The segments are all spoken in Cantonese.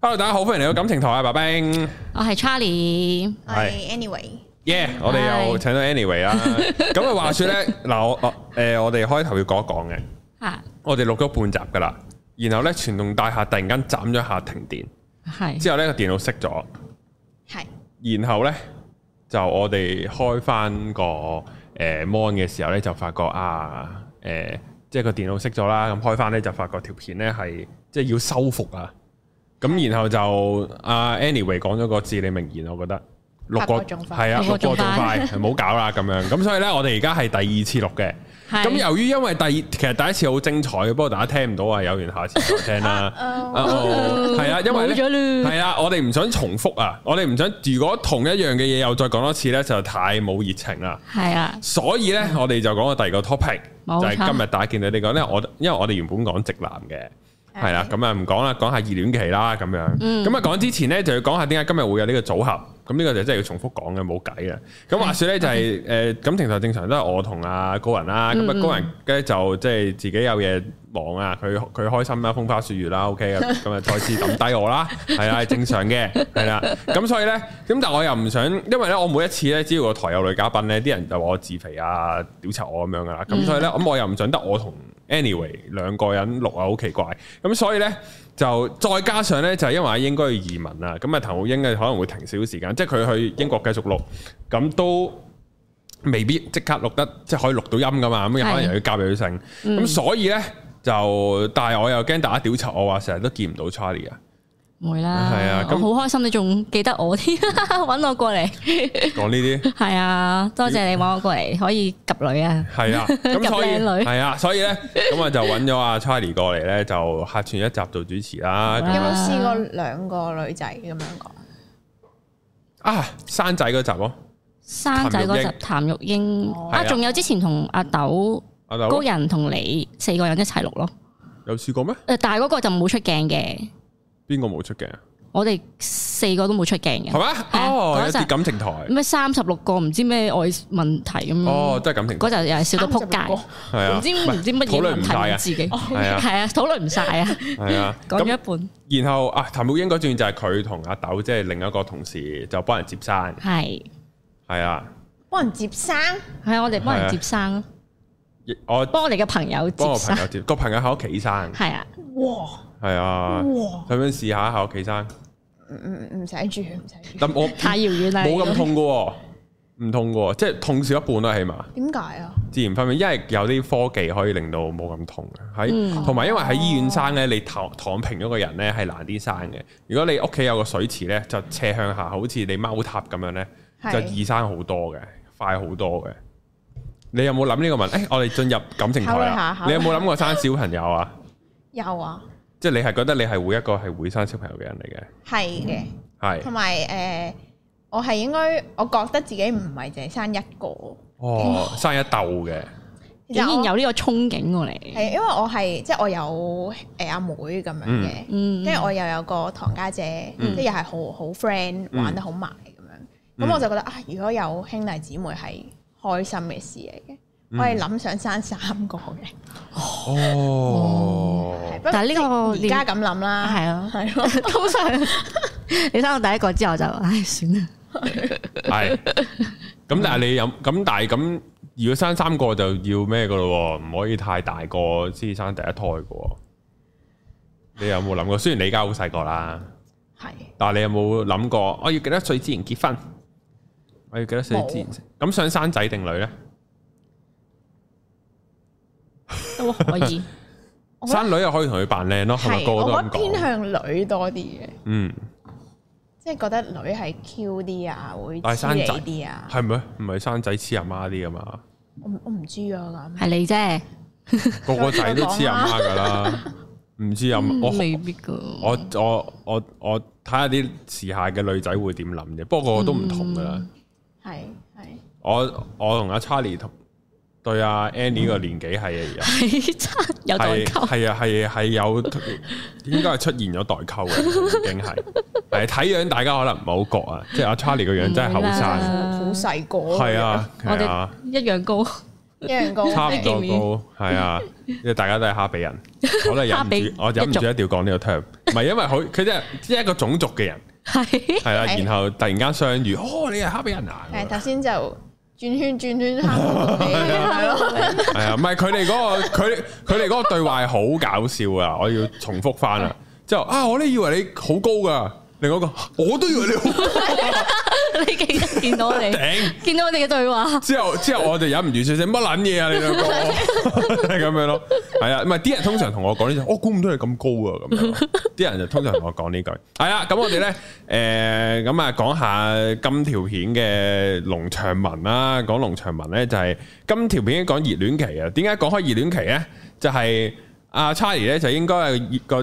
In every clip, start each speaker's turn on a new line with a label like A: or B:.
A: Hello，大家好，歡迎嚟到感情台啊，白冰。
B: 我係 Charlie，
A: 係
C: anyway，
A: 耶！我哋又請到 Anyway 啦。咁啊，話說咧，嗱，我我誒，我哋開頭要講一講嘅，
B: 吓
A: 我哋錄咗半集噶啦。然後咧，全棟大廈突然間斬咗下停電，
B: 係
A: 之後咧個電腦熄咗，
C: 係
A: 然後咧就我哋開翻個誒 mon 嘅時候咧，就發覺啊誒、即係個電腦熄咗啦。咁開翻咧就發覺條片咧係即係要修復啊。咁然後就啊 anyway 講咗個至理名言，我覺得六個
C: 八個仲快
A: 係啊，六
B: 六個
A: 個仲
B: 仲快
A: 快，唔好搞啦咁樣。咁所以咧，我哋而家係第二次錄嘅。
B: 係
A: 咁由於因為第二其實第一次好精彩嘅，不過大家聽唔到啊，有緣下次再聽 啦。啊哦係啊，因為
B: 冇咗
A: 咧
B: 啦
A: 係啊，我哋唔想重複啊，我哋唔想如果同一樣嘅嘢又再講多次咧，就太冇熱情啦。
B: 係啊，
A: 所以咧，我哋就講個第二個 topic，就
B: 冇錯
A: 係今日大家見到呢個咧，因為我因為我哋原本講直男嘅。係啦，咁啊唔講啦，講下熱戀期啦咁樣。咁啊講之前呢，就要講下點解今日會有呢個組合。咁呢個就真係要重複講嘅，冇計啊。咁話說呢，就係誒感情台正常都係我同阿高人啦。咁啊高人咧就即係自己有嘢忙啊，佢佢開心啦，風花雪月啦，OK 啊。咁啊再次抌低我啦，係啦，係正常嘅，係啦。咁所以呢，咁但係我又唔想，因為呢，我每一次呢，只要個台有女嘉賓呢，啲人就話我自肥啊，屌柒我咁樣噶啦。咁所以呢，咁我又唔想得我同 anyway 兩個人錄啊，好奇怪。咁所以呢，就再加上呢，就係因為阿英該要移民啦，咁啊滕浩英嘅可能會停少少時間，即係佢去英國繼續錄，咁都未必即刻錄得，即係可以錄到音噶嘛，咁又可能又要夾又要剩，咁、
B: 嗯
A: 所以呢，就，但係我又驚大家屌柒我話成日都見唔到 Charlie 啊，
B: 唔會啦，
A: 係啊咁
B: 我好開心你仲記得我添，揾我過嚟，
A: 講呢 啲。
B: 係啊，多謝你揾我過嚟，可以及女啊，
A: 係啊，咁
B: 咁
A: 所以
B: 靚女
A: 係啊，所以咧，咁我就揾咗阿 Charlie 過嚟咧，就客串一集做主持啦。
B: 好
C: 有
A: 咁
B: 啊
C: 冇試過兩個女仔咁樣講？
A: 啊，生仔嗰集咯，
B: 生仔嗰集譚玉英
C: 哦
B: 啊，
A: 係啊
B: 仲有之前同阿豆
A: 阿
B: 高
A: 豆
B: 人同你四個人一齊錄咯，
A: 有試過咩？
B: 誒，但係嗰個就冇出鏡嘅，
A: 邊個冇出鏡啊？
B: 我哋四個都冇出鏡
A: 係
B: 嘅，
A: 嘛？
B: 啊
A: 哦，有
B: 嗰集
A: 啲感情台，
B: 咩三十六個唔知咩外問題咁樣，
A: 哦，都係感情台
B: 嗯嗰，集又係笑到撲
C: 36個
B: 街，
A: 係啊，
B: 唔知
A: 係
B: 唔知乜
A: 討
B: 嘢
A: 論
B: 問
A: 唔晒
B: 題
A: 啊
B: 問自己，
A: 係啊
B: 係啊，討論唔晒啊，
A: 係啊。
B: 講咗
A: 咁
B: 一半。
A: 然後啊，譚玉英嗰段就係佢同阿豆，即係另一個同事，就幫人接生，
B: 系
A: 係啊，
C: 幫人接生，
B: 系我哋幫
A: 係啊
B: 人接生，
A: 我
B: 幫我哋嘅朋友接
A: 幫我
B: 生
A: 朋，友接，個朋友喺屋企生，
B: 係啊，
C: 哇
A: 係啊，
B: 嗯
C: 哇，
A: 想唔想試下喺屋企生？
C: 唔唔唔使住，唔使住。
A: 但我
B: 太遙遠啦，
A: 冇咁痛嘅喎，唔痛嘅喎，即係痛少一半啦，起碼
C: 點解啊？
A: 自然分娩，因為有啲科技可以令到冇咁痛嘅。
C: 嗯
A: 喺同埋因為喺醫院生咧，你躺躺平咗個人咧係難啲生嘅。如果你屋企有個水池咧，就斜向下，好似你踎塔咁樣咧，
C: 係
A: 就易生好多嘅，快好多嘅。你有冇諗呢個問？誒、我哋進入感情台
C: 考慮下
A: 啦
C: 考。慮
A: 你有冇諗過生小朋友啊？
C: 有啊，
A: 即係你係覺得你係會一個係會生小朋友嘅人嚟
C: 係嘅，
A: 嘅，係
C: 同埋誒，我係應該，我覺得自己唔係淨係生一個。
A: 哦，生一竇嘅，
C: 其
B: 竟
C: 實
B: 然
C: 我
B: 有呢個憧憬喎你，
C: 係啊因為我係即係我有誒阿妹咁樣嘅。
B: 嗯，
C: 跟住我又有個堂家姐，
A: 嗯
C: 即係又係好好 friend，
A: 嗯
C: 玩得好埋咁樣。
A: 嗯
C: 咁我就覺得啊，如果有兄弟姊妹係開心嘅事嚟嘅，
A: 嗯
C: 我係諗想生三個嘅。
A: 哦
C: 係不過
B: 但係呢個
C: 即係而家咁諗啦，
B: 係啊，
C: 係咯，
B: 通常 你生到第一個之後就，唉，算啦，
A: 系，咁但係你有咁但係咁，如果生三個就要咩噶咯喎？唔可以太大個先生第一胎噶喎。你有冇諗過？雖然你而家好細個啦，
C: 係
A: 但係你有冇諗過？我要幾多歲之前結婚？我要幾多歲之前？咁想生仔定女呢？
B: 都可以，
C: 我覺得
A: 生女又可以同佢扮靚啊咯，係咪
C: 係，
A: 個個都
C: 我覺
A: 咁
C: 得偏
A: 講？
C: 向女多啲嘅，
A: 嗯，
C: 即係覺得女係 Q 啲啊，會
A: 但係生
C: 黐
A: 仔
C: 你啲啊，
A: 係咪？唔係生仔黐阿媽啲噶嘛？
C: 我唔我唔知啊咁。
B: 係你啫，
A: 個個仔都黐阿媽噶啦， 唔知阿
C: 嗯
A: 媽我
B: 未必噶，
A: 我我我我睇下啲時下嘅女仔會點諗啫，不過我都唔同噶
B: 嗯
A: 啦。
C: 係係
A: 我我同阿 Charlie 同對阿 Annie 個年紀 係有
B: 係差 有嗯代
A: 係
B: 溝，
A: 係啊係係有應該係出現咗代溝 嘅，已經係係睇樣大家可能唔係好覺啊，即係阿 Charlie 個樣真係後生，
B: 啊
C: 好細個，
A: 係，啊
B: 我
A: 係
B: 哋
A: 啊，
B: 一樣高，
C: 一樣高，
A: 差唔
B: 你見面
A: 多高係啊，因為大家都係蝦比人，我都係忍唔
B: 蝦比
A: 住，我忍唔住一定要講呢個 term，係因為佢佢即係即係一個種族嘅人，
B: 係
A: 係啦，
C: 係
A: 然後突然間相遇，哦，你係黑比人啊，
C: 係頭先就轉圈轉 圈黑到你
A: 係
B: 啊
C: 係咯，
A: 係啊，唔係佢哋嗰 個佢佢哋嗰個對話係好搞笑啊！我要重複翻啊，之後啊，我都以為你好高噶，另外一個我都以為你好高
B: 你記得見到我 哋，
A: 頂。
B: 見到我哋嘅 對 話，
A: 之後之後我就忍唔住笑聲，乜撚嘢啊你兩個，係咁樣咯，係啊，唔係啲人通常同我講呢句，我估唔到你咁高啊，咁樣，啲人就通常同我講呢句，係啊，咁我哋咧，誒咁啊講下今條片嘅農場文啦，講農場文咧就係、今條片講熱戀期啊，點解講開熱戀期咧？就係、阿 Charlie 咧就應該係熱個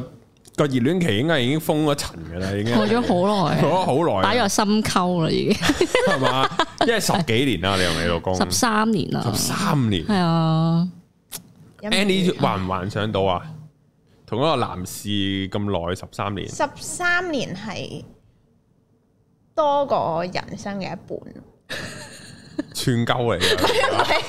A: 個熱戀期應該已經封咗塵㗎啦，已經
B: 過咗好
A: 過
B: 耐，
A: 咗好耐
B: 擺
A: 啊，
B: 咗深溝啦，已經
A: 係嘛？因為十幾年啦，你同你老公
B: 十三年啦
A: 十，三年。
B: 係啊，
C: 嗯
A: Andy 幻唔幻想到啊？同一個男士咁耐十三年，
C: 十三年係多過人生嘅一半。
A: 串鳩嚟嘅。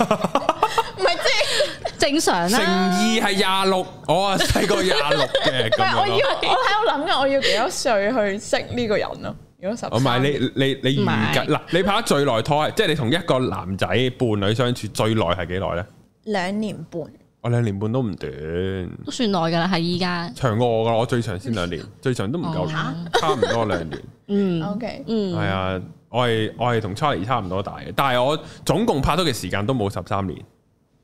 C: 唔係即係，
B: 正常
A: 成
B: 啦，
A: 二係廿六，我啊細個廿六嘅
C: 唔
A: 咁
C: 係我
A: 樣
C: 要
A: 咯。
C: 我喺度諗緊，我要幾多歲去識呢個人咯？如果十，
A: 哦唔係你你你預
B: 唔係
A: 計嗱，你拍得最耐拖，即係你同一個男仔伴侶相處最耐係幾耐咧？
C: 兩年半，
A: 我兩年半都唔短，
B: 都算耐㗎啦，係依家，
A: 長過我噶，我最長先兩年，最長都唔夠，
B: 哦
A: 差唔多兩年。
B: 嗯
C: OK，
B: 嗯，
A: 係啊，我係我係同 Charlie 差唔多大嘅，但係我總共拍拖嘅時間都冇十三年，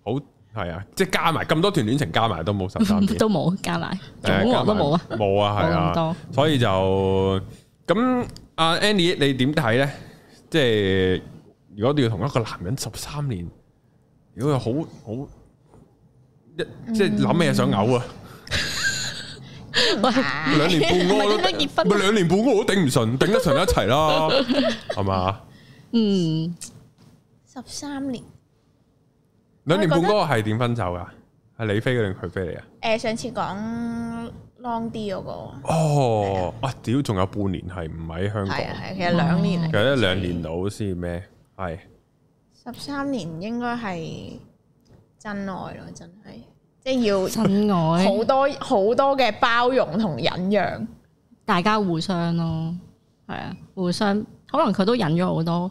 A: 好係啊，即係加埋咁多段戀情加埋都冇十 三年，
B: 都冇加埋，
A: 誒
B: 總和都冇啊，，
A: 加埋冇啊，係
B: 冇咁
A: 啊
B: 多，
A: 所以就咁阿 Andy 你點睇咧？即係如果你要同一個男人十三年，如果佢好好
B: 嗯
A: 一即係諗咩想嘔 啊，
B: 喂
C: 啊
A: 兩年半我都
B: 唔係點解結婚啊
A: 咪兩年半我都頂唔順，頂得順就一齊啦， 係嘛？
B: 嗯，
C: 十三年。
A: 兩年半嗰個係點分手噶？係你飛嘅定佢飛嚟啊？
C: 誒、上次講 long D 嗰、個，
A: 哦，啊屌，仲有半年係唔喺香港，
C: 係啊係啊，其實兩年嚟
A: 其實一兩年到先咩？係
C: 十三年應該係真愛咯，真係，即係要
B: 真愛，
C: 好多好多嘅包容同忍讓，
B: 大家互相咯，係啊，互相，可能佢都忍咗好多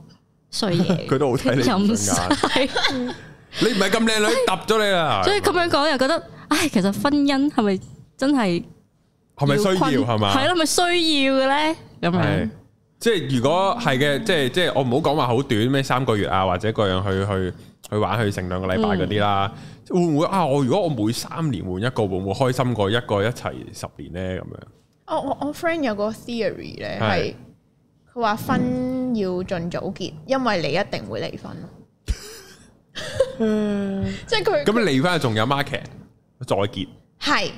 B: 衰 嘢，
A: 佢都好睇你唔順
B: 飲
A: 眼，
B: 晒。
A: 你唔係咁靚女，揼咗你啦。
B: 所以咁樣講又覺得，唉，其實婚姻係咪真係
A: 係咪需
B: 困
A: 要係嘛？
B: 係啦，咪需要嘅咧？咁
A: 係
B: 樣
A: 即係如果係嘅，即係即係我唔好講話好短咩三個月啊，或者各樣去去去玩去成兩個禮拜嗰啲啦，會唔會啊？我如果我每三年換一個，會唔會開心過一個一齊十年咧？咁樣
C: 我哦我我 friend 有個 theory 咧，
A: 係
C: 係佢話婚要盡早結，因為你一定會離婚咯。 即係佢
A: 咁你離翻仲有 market 再結。
C: 係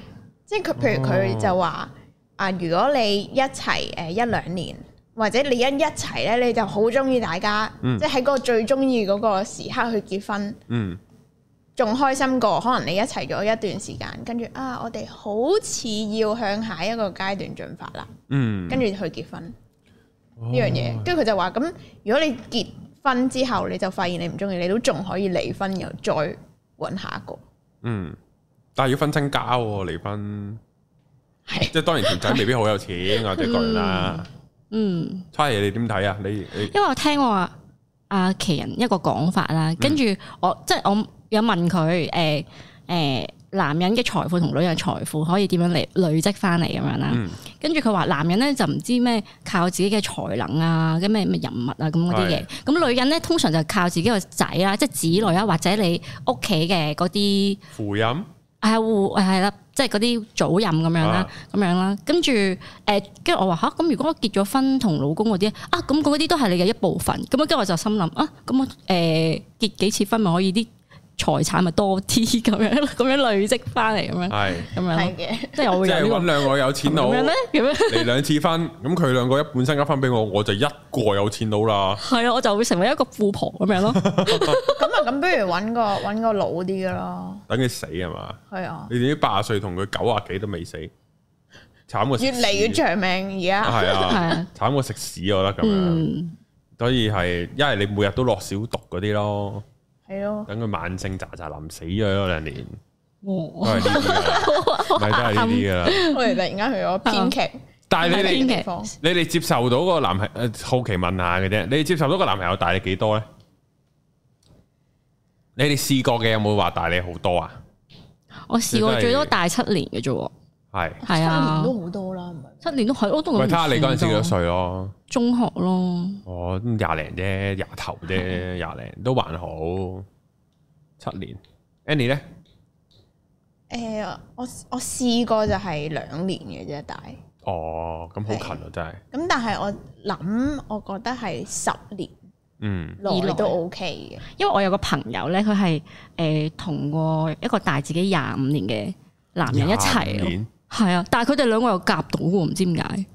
C: 即係佢，譬如
A: 哦
C: 佢就話啊，如果你一齊誒一兩年，或者你一一齊咧，你就好中意大家，
A: 嗯
C: 即係喺嗰個最中意嗰個時刻去結婚，
A: 嗯，
C: 仲開心過可能你一齊咗一段時間，跟住啊，我哋好似要向下一個階段進發啦，
A: 嗯，
C: 跟住去結婚。
A: 呢
C: 呢樣
B: 哦
C: 嘢，跟住佢就話：咁如果你結婚之後，你就發現你唔中意，你都仲可以離婚，然後再揾下一個。
A: 嗯，但係要分身家喎，離婚，
C: 係
A: 即係當然條仔未必好有錢，我哋講啦。
B: 嗯，
A: 差爺你點睇啊？你你
B: 因為我聽我阿奇人一個講法啦，跟住我即係我有問佢誒誒男人嘅財富同女人嘅財富可以點樣嚟累積翻嚟咁樣啦。
A: 嗯
B: 跟住佢話男人咧就唔知咩靠自己嘅才能啊，咁咩咩人物啊咁嗰啲嘢。咁女人咧通常就靠自己個仔啦，即係子女啊，或者你屋企嘅嗰啲
A: 父蔭
B: 係啊互誒係啦，即係嗰啲祖任咁樣啦
A: 啊，
B: 咁樣啦。跟住誒，跟住我話吓，咁如果我結咗婚同老公嗰啲啊，咁嗰啲都係你嘅一部分。咁啊，跟住我就心諗啊，咁我誒結幾次婚咪可以啲財產咪多啲咁樣， 咁樣累積翻嚟咁樣，
A: 係，
B: 咁樣咯
C: 係嘅，
B: 即係我會
A: 即係
B: 有
A: 揾
B: 呢
A: 兩個有錢
B: 個
A: 佬
B: 咁樣咧，咁樣。
A: 嚟兩次婚，咁佢兩個一半身家分俾我，我就一個有錢佬啦。
B: 係啊，我就會成為一個富婆咁樣咯。
C: 咁啊，咁不如揾個揾個老啲嘅咯，
A: 等佢死係嘛？
C: 係啊，
A: 你點知八十歲同佢九啊幾都未死，慘過食
C: 越嚟越
A: 屎
C: 長命而家。
A: 係
B: 係
A: 啊
B: 啊，
A: 慘過食屎我覺得咁樣，
B: 嗯，
A: 所以係因為你每日都落小毒嗰啲咯。
C: 係咯，
A: 等佢慢性喳喳淋死咗嗰兩年， 都
B: 哇
A: 係呢啲㗎啦，咪都係呢啲
B: 嗯
A: 噶啦。
C: 我哋突然間去咗編劇
A: 但係你
B: 啊編
A: 哋
B: 劇
C: 地方，
A: 你哋接受到個男朋友，好奇問下嘅啫。你哋接受到個男朋友大你幾多咧？你哋試過嘅有冇話大你好多啊？
B: 我試過最多大七年嘅啫喎，
A: 係，
B: 係啊
C: 七年，都好多啦，唔係
B: 七年都係，我都
A: 喂，睇下你嗰陣時幾多
B: 算多
A: 歲咯？
B: 中學咯，
A: 我廿零啫，廿頭啫，廿零都還好。七年，Annie 咧，
C: 誒、我我試過就係兩年嘅啫，但係
A: 哦，咁好近啊，真係，
C: 咁但係我諗，我覺得係十年
A: 嗯，
B: 以內
C: 內都 OK 嘅。
B: 因為我有個朋友咧，佢係誒同過一個大自己廿五年嘅男人一齊
A: 廿五
B: 咯，
A: 年
B: 係啊，但係佢哋兩個又夾到喎，唔知點解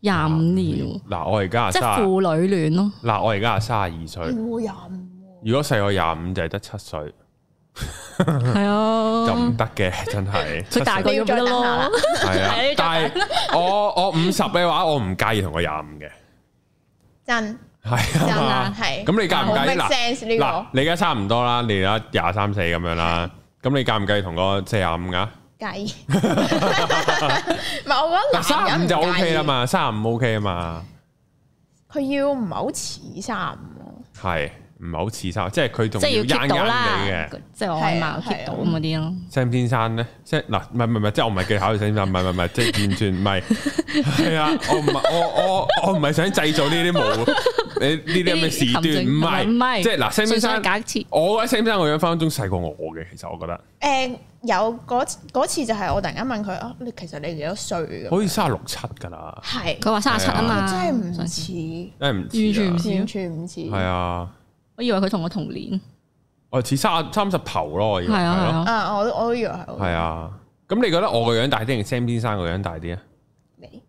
B: 廿五年喎，
A: 嗱，我而家
B: 即係
A: 卅，
B: 父女戀咯，
A: 嗱，我而家三十二歲，
C: 冇廿五
A: 如果細我廿五就係得七歲，
B: 係
A: 就
B: 啊
A: 唔，得嘅，真
C: 嗯
A: 係。
B: 佢大個
C: 你
B: 要
C: 要
B: 咪
C: 再
B: 得
C: 等
B: 咯，
C: 下啦，
A: 係啊
B: 係啊，
A: 但係我我五十嘅話，我唔介意同佢廿五嘅，
C: 真
A: 係
C: 真
A: 啊
C: 啊，
A: 嘛。
C: 係。
A: 咁你介唔
C: 好
A: 介
C: Ờ, make
A: 意
C: sense
A: 嗱
C: 呢
A: 嗱
C: 個？
A: 你而家差唔多啦，你而家廿三四咁樣啦，咁你介唔介意同個即係廿五噶？
C: 介意，唔
A: 嗱，三十
C: 係我覺得男人
A: 五就
C: 唔介
A: OK
C: 意
A: 啦。嘛，三十五 OK 啊嘛，
C: 佢要唔係好似三十五，
A: 係唔係好似三，即係佢仲
B: 即係要
A: 要
B: keep
A: 硬
B: 到
A: 硬
B: 啦
A: 地嘅。，
B: 即係外貌
C: 係啊
B: keep 到
C: 係啊
B: 咁嗰啲咯。
A: Sam 先生咧，即係嗱，唔係唔係唔係，即係我唔係叫考慮 Sam 先生，唔係唔係唔 係，即係完全唔係，係啊，我唔係我我我唔係想製造呢啲冇呢呢啲咁嘅事
B: 陷阱
A: 端，唔係
B: 唔係
A: 即係嗱，Sam 先
B: 純粹
A: 生
B: 係假設
A: 我覺得 Sam 生個樣分分鐘細過我嘅，其實我覺得
C: 誒有嗰嗰次就係我突然間問佢啊，你其實你幾多歲
B: 啊
C: 咁？
A: 好似三十六七㗎啦，
C: 係
B: 佢話三十七啊嘛，
C: 真係唔
B: 上次
C: 似，
A: 真係唔
B: 完全唔
A: 似
B: 似
C: 完全唔似。
A: 啊，係啊，
B: 我以為佢同我同年，
A: 我似三三十頭咯，我以為
B: 係啊
A: 係
B: 係
A: 咯，
B: 啊，
C: 啊！我都我都以為係我
A: 係啊，咁你覺得我個樣大啲定 Sam 先生個樣大啲啊？
C: 你，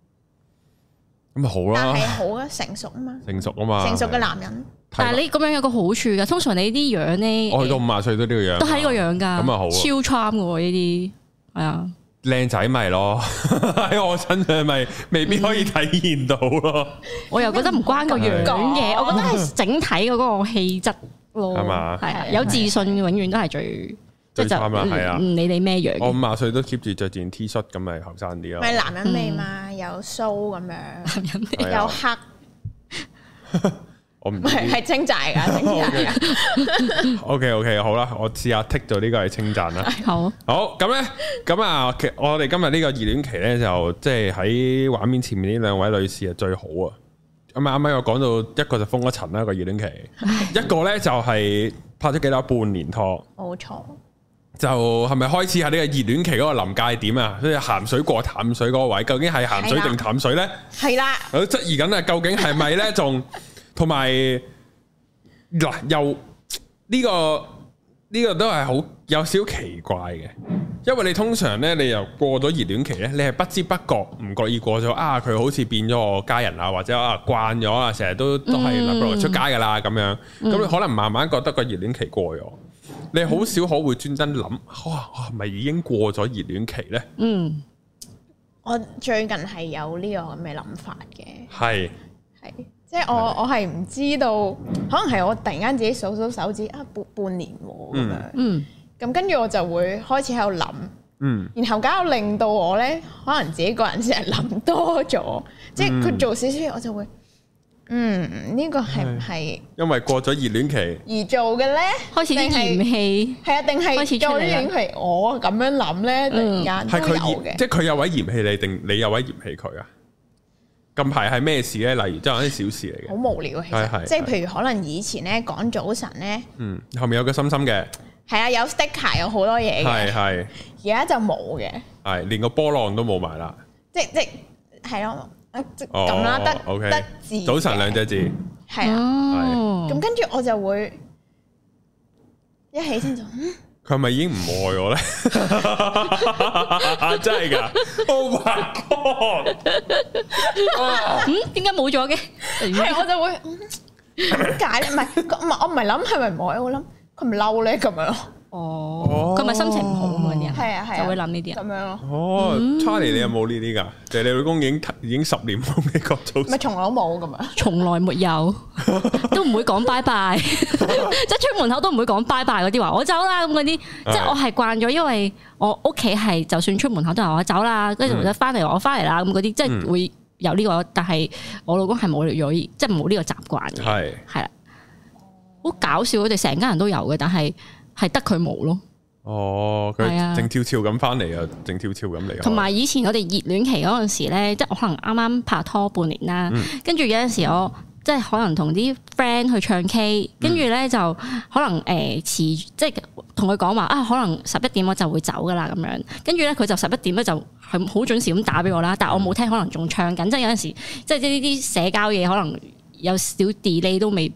A: 咁咪好
C: 但係
A: 啦，
C: 好啊，成熟啊嘛，
A: 成熟啊嘛，
C: 成熟嘅男人
B: 但係
A: 係
B: 你咁樣有個好處㗎，通常你啲樣咧，
A: 啦我去到五十歲都呢個樣，
B: 都係呢個樣㗎，
A: 咁啊好啊
B: 超 charm 嘅喎呢啲，係啊，
A: 靚仔咪 咯，喺我身上咪未必可以體現到咯，
B: 我又覺得唔關個
A: 啊
B: 樣嘅，
C: 係
B: 我覺得係整體嗰個氣質咯，
A: 係嘛
B: 係啊
C: 係
B: 有自信嘅永遠都係最即
A: 最
B: 係就
A: 慘啊係啊
B: 唔理你咩
A: 我
C: 嗯
B: 樣，
A: 五十歲都 keep 住着件 T 恤咁咪後生啲咯，
C: 咪男人味嘛，有須咁樣，
A: 係啊
C: 有黑，
A: 我唔
C: 唔係 係稱讚㗎，稱讚㗎。
A: O K O K 好啦，我試下剔咗呢個係稱讚啦。
B: 好
A: 好咁咧，咁啊，其我哋今日呢個熱戀期咧，就即係喺畫面前面呢兩位女士係最好啊。咁啊，啱啱我講到一個就封咗塵啦，個熱戀期；一個咧就係拍咗幾多半年拖，
C: 冇錯，
A: 就係咪開始喺呢個熱戀期嗰個臨界點啊？即係鹹水過淡水嗰個位，究竟係鹹水定淡水咧？
C: 係啦，
A: 我都質疑緊啊，究竟係咪咧？仲同埋嗱，又呢、個呢、個都係好有少奇怪嘅，因為你通常咧，你又過咗熱戀期咧，你係不知不覺唔覺意過咗啊，佢好似變咗我家人啊，或者啊慣咗啊，成日都都係嗱，不如出街噶啦咁樣，咁、你可能慢慢覺得個熱戀期過咗。你好少可會專登諗，哇，我係咪已經過咗熱戀期呢？
B: 嗯
C: 我最近係有呢個咁嘅諗法嘅，
A: 係
C: 係即係我我係唔知道，可能係我突然間自己數數手指啊，半半年喎咁樣，
B: 嗯
C: 咁跟住我就會開始喺度諗。
A: 嗯，
C: 然後搞到令到我咧，可能自己個人成日諗多
A: 嗯
C: 咗，即係佢做少少嘢，我就會，嗯，呢、個係唔係
A: 因為過咗熱戀期。
C: 而做嘅咧？
B: 開始啲
C: 定
B: 嫌
C: 係
B: 棄，
C: 係啊，定
B: 開始
C: 係
B: 出嚟
C: 做
B: 啦
C: 呢樣係我咁樣諗咧？突然
A: 系
C: 間都
A: 佢
C: 有
A: 嫌，
C: 嘅，
A: 嗯即係佢有位嫌棄你，定你有位嫌棄佢啊？近排係咩事咧？例如即係啲小事嚟
C: 好
A: 嘅，
C: 無聊啊其
A: 係係
C: 實，即係譬如可能以前咧講早晨咧，
A: 嗯，後面有個心心嘅，
C: 係啊有 sticker 有好多嘢
A: 係
C: 嘅，
A: 係
C: 而家就冇嘅，
A: 係，連個波浪都冇埋啦。
C: 即即係咯，啊即
A: 哦
C: 咁啦，得
A: ，OK，
C: 得字
A: 早晨兩
C: 嘅
A: 隻字，
C: 係啊，
B: 哦
C: 咁跟住我就會一起身就嗯
A: 佢係咪已經唔愛我咧？ 真係㗎！Oh my god！哇
B: 嗯點解冇咗嘅？
C: 哦係，我就會嗯點解？唔係，唔係，我唔係諗係咪唔愛，我諗佢唔嬲咧咁樣咯。
B: 哦，佢咪心情唔好啊嘛啲人，
C: 係啊係啊
B: 就會諗呢啲
C: 咁
B: 人。
C: 樣咯，
A: 哦，Charlie，你有冇呢啲噶？就係你老公已經已經十年冇美國早
C: 咪從來都冇咁 樣。
B: 從來沒有，都唔會講拜拜，即係出門口都唔會講拜拜嗰啲話，我走啦咁嗰啲，即係我係慣咗，因為我屋企係就算出門口都係我走啦，跟住或者翻嚟話我翻嚟啦咁嗰啲，即係
A: 嗯
B: 會有呢個，但係我老公係冇咗，即係冇呢個習慣嘅，
A: 係
B: 係啦，好搞笑，佢哋成家人都有嘅，但係係得佢冇咯。
A: 哦，佢
B: 係啊
A: 靜悄悄咁翻嚟又靜悄悄咁嚟，
B: 同埋以前我哋熱戀期嗰陣時咧，即係我可能啱啱拍拖半年啦，
A: 嗯
B: 跟住有陣時我即係可能同啲 friend 去唱
A: 嗯
B: K，跟住咧就可能誒遲、即係同佢講話啊，可能十一點我就會走噶啦咁樣，跟住咧佢就十一點咧就係好準時咁打俾我啦，但
A: 嗯
B: 係我冇聽，可能仲唱緊，即係有陣時即係呢啲社交嘢可能有少 delay 都未，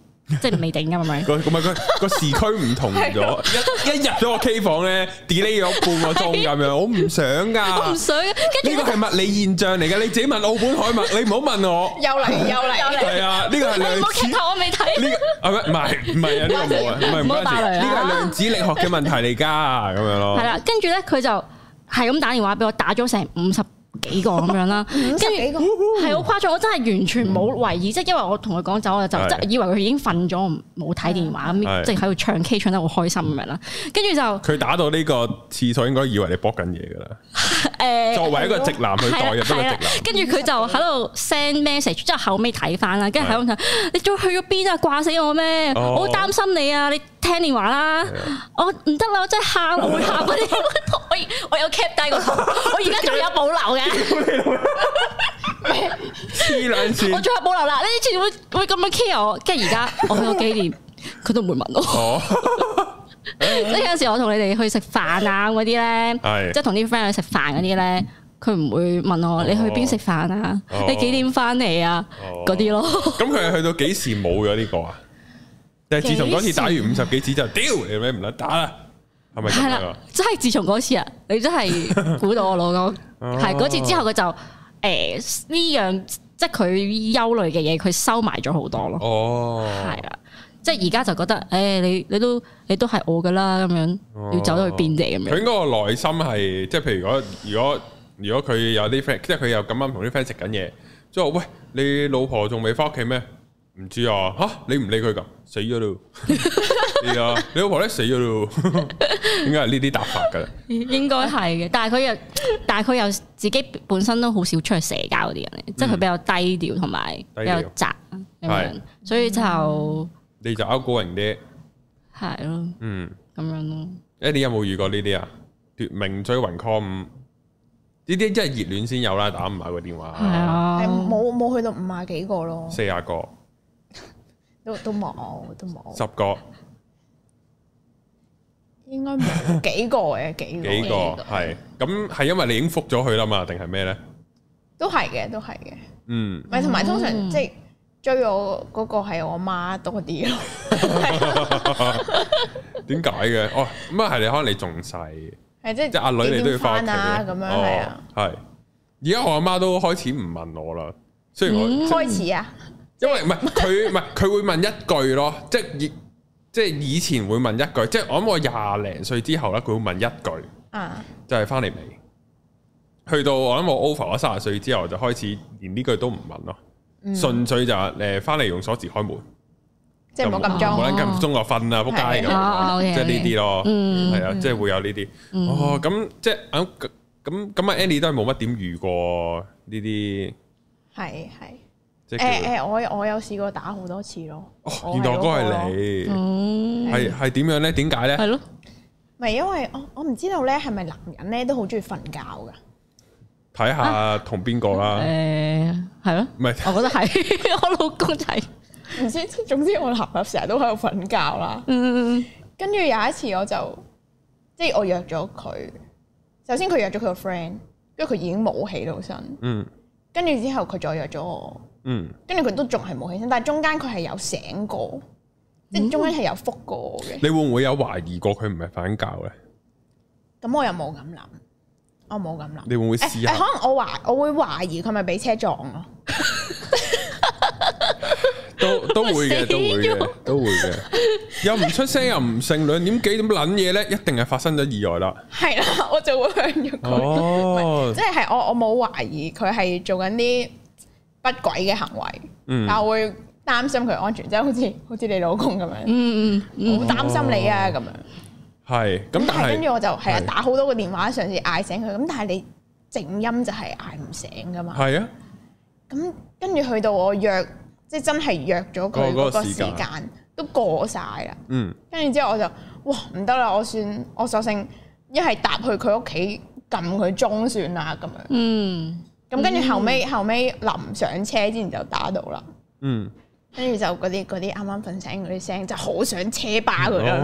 B: 即係未定噶嘛，係咪？
A: 個唔係個個時區唔同
B: 啊
A: 咗，一一入咗個 K 房咧 delay 咗半個鐘咁樣，我唔想
B: 啊我
A: 噶
B: 唔。想，跟
A: 啊呢
B: 住
A: 個係物理現象嚟嘅，你自己問奧本海默，你唔好問我。
C: 又嚟又嚟，
A: 係啊，呢個係
B: 你
A: 量
B: 冇
A: 子
B: 劇透我未睇。
A: 呢個啊唔係唔係啊，呢個冇啊，唔係唔
B: 唔好
A: 關
B: 爆
A: 事，
B: 雷啊
A: 呢個係量子力學嘅問題嚟噶，咁樣咯
B: 係。啦，跟住咧佢就係咁打電話俾我，打咗成五十幾個咁 樣啦，跟
C: 五十幾
B: 住
C: 個
B: 係好誇張，我真係完全冇懷疑，即係因為我同佢講走，我就
A: 嗯係
B: 即係以為佢已經瞓咗，我唔冇睇電話
A: 係
B: 咁，即係喺度唱 K 唱得好開心咁樣啦，跟住就
A: 佢打到呢個次數，應該以為你搏緊嘢噶啦。
B: 誒。
A: 作為一個直男去代入一個直
B: 係啦啊
A: 男，
B: 跟住佢就喺度 send message，之後後尾睇翻啦，跟住喺度睇，你早去咗邊啊？掛死我咩？
A: 哦啊
B: 我好擔心你啊！你聽電話啦，我唔得啦，我真係喊，我會喊嗰啲， 我我有 cap 低個頭，我而家仲有保留嘅。
A: 黐兩
B: 我
A: 線。
B: 最後保留啦，你以前會會咁樣 care 我，跟住而家我去咗幾年，佢都唔會問 我。
A: 哦，
B: 即係有陣時我同你哋去食飯啊嗰啲咧，
A: 哎係
B: 即係同啲 friend 去食飯嗰啲咧，佢唔會問我你去邊食飯啊
A: 哦，
B: 你幾點翻嚟啊
A: 哦
B: 嗰啲咯。
A: 咁佢係去到幾時冇咗呢個啊？就係自從嗰次打完五十幾次就屌你咩唔撚打啦，係咪
B: 係
A: 咁樣
B: 啦
A: 啊？，
B: 真係自從嗰次啊，你真係估到我老公
A: 哦
B: 係嗰次之後，佢就誒呢樣即係佢憂慮嘅嘢，佢收埋咗好多咯。
A: 哦，
B: 係啊，即係而家就覺得，誒、你你都你都係我噶啦，咁樣要走到去邊地咁
A: 佢
B: 樣，
A: 應該個內心係即係譬如如果如果如果佢有啲 friend，即係佢又咁啱同啲 friend 食緊嘢，即係話喂你老婆仲未翻屋企咩？唔知啊，吓你唔理佢噶，死咗 咯，係啊，你老婆咧死咗咯， 應該係呢啲答法噶啦。
B: 應該係嘅。但係佢又，但係佢又自己本身都好少出去社交嗰啲人嚟，即係佢比較低調同埋比較宅咁
A: 係
B: 樣，所以就係
A: 你就 outgoing 啲，
B: 咯，
A: 嗯。
B: 咁樣咯。
A: 誒，你有冇遇過呢啲啊？奪命追魂 call 五呢啲真係熱戀先有啦，打唔埋個電話，
B: 係啊
C: 係，冇冇去到五啊幾個咯，
A: 四廿個、
C: 都都冇都冇，
A: 十個、
C: 應該冇幾個嘅幾嗯個，
A: 幾個係咁係因為你已經覆咗佢啦嘛，定係咩咧？
C: 都係嘅都係嘅，
A: 嗯，
C: 咪同埋通常
B: 嗯
C: 即係追我嗰個係我媽多啲咯，
A: 點解嘅？哦，咁啊係你可能你仲細，
C: 係即係
A: 即係阿女你都要翻屋
C: 翻
A: 企
C: 啊
A: 嘅
C: 咁樣
A: 哦
C: 係啊，
A: 係而家我阿媽都開始唔問我啦，雖然我
B: 嗯
A: 即係
C: 開始啊，
A: 因為唔係佢唔係佢會問一句咯，即係以即係以前會問一句，即係我諗我廿零歲之後咧，佢會問一句。
C: 啊
A: 就係翻嚟未？去到我諗我 over 咗三十歲之後，就開始連呢句都唔問咯，
C: 嗯
A: 純粹就係誒翻嚟用鎖匙開門，
C: 即係冇咁
A: 就冇
C: 裝，
A: 冇撚咁中學瞓啦，仆街
C: 係啊
A: 咁，
B: 哦
A: 即係呢啲咯，
B: 嗯
A: 係啊，即係會有呢啲。哦，咁即係咁咁咁啊，Annie 都係冇乜點遇過呢啲，
C: 係係。
A: 即係
C: 誒
A: 叫
C: 誒，我我有試過打好多次咯。
A: 哦，原來嗰個係
C: 你，
A: 你，
B: 嗯，
A: 係係點樣咧？點解咧
B: 係？咯，
C: 唔係因為我我唔知道咧，係咪男人咧都好中意瞓覺㗎？
A: 睇下同邊個
B: 啊
A: 啦，
B: 誒係咯，
A: 唔係
B: 我覺得係 我老公就係，
C: 唔知，即係總之我男朋友成日都喺度瞓覺啦。
B: 嗯，
C: 跟住有一次我就即係我約咗佢，首先佢約咗佢個 friend，跟住佢已經冇起到身，
A: 嗯
C: 跟住之後佢再約咗我，
A: 嗯，
C: 跟住佢都仲係冇起身，但係中間佢係有醒過，即係中間係有覆過我嘅。
A: 你會唔會有懷疑過佢唔係反教咧？
C: 咁我又冇咁諗，我冇咁諗。
A: 你會唔會
C: 誒
A: 試
C: 誒
A: 下？
C: 可能我懷我會懷疑佢咪俾車撞啊咯。
A: 都都會嘅，
B: 死咗
A: 都會嘅，都會嘅。又唔出聲又唔剩，兩點幾點撚嘢咧，一定係發生咗意外啦。
C: 係 啦，我就會向咗佢。
A: 哦
C: 即，係我我冇懷疑佢係做緊啲不軌嘅行為，
A: 嗯，
C: 但我會擔心佢安全，即係好似好似你老公咁樣，
B: 嗯嗯嗯，
C: 好擔心你啊咁樣。
A: 係咁，但
C: 係跟住
A: 係
C: 我就係啊
A: 係
C: 打好多個電話，嘗試嗌醒佢，咁但係你靜音就係嗌唔醒噶嘛。
A: 係啊，
C: 咁跟住去到我約，即係真係約咗
A: 嗰
C: 佢
A: 嗰個
C: 嗰個
A: 時
C: 時
A: 間
C: 間都過晒啦。
A: 嗯，
C: 跟住之後我就哇唔得啦，我算我索性一係搭去佢屋企撳佢鐘算啦咁樣。
B: 嗯，
C: 咁跟住後尾後尾臨上車之前就打到啦，
A: 嗯，
C: 跟住就嗰啲嗰啲啱啱瞓醒嗰啲聲就好想車巴佢啦，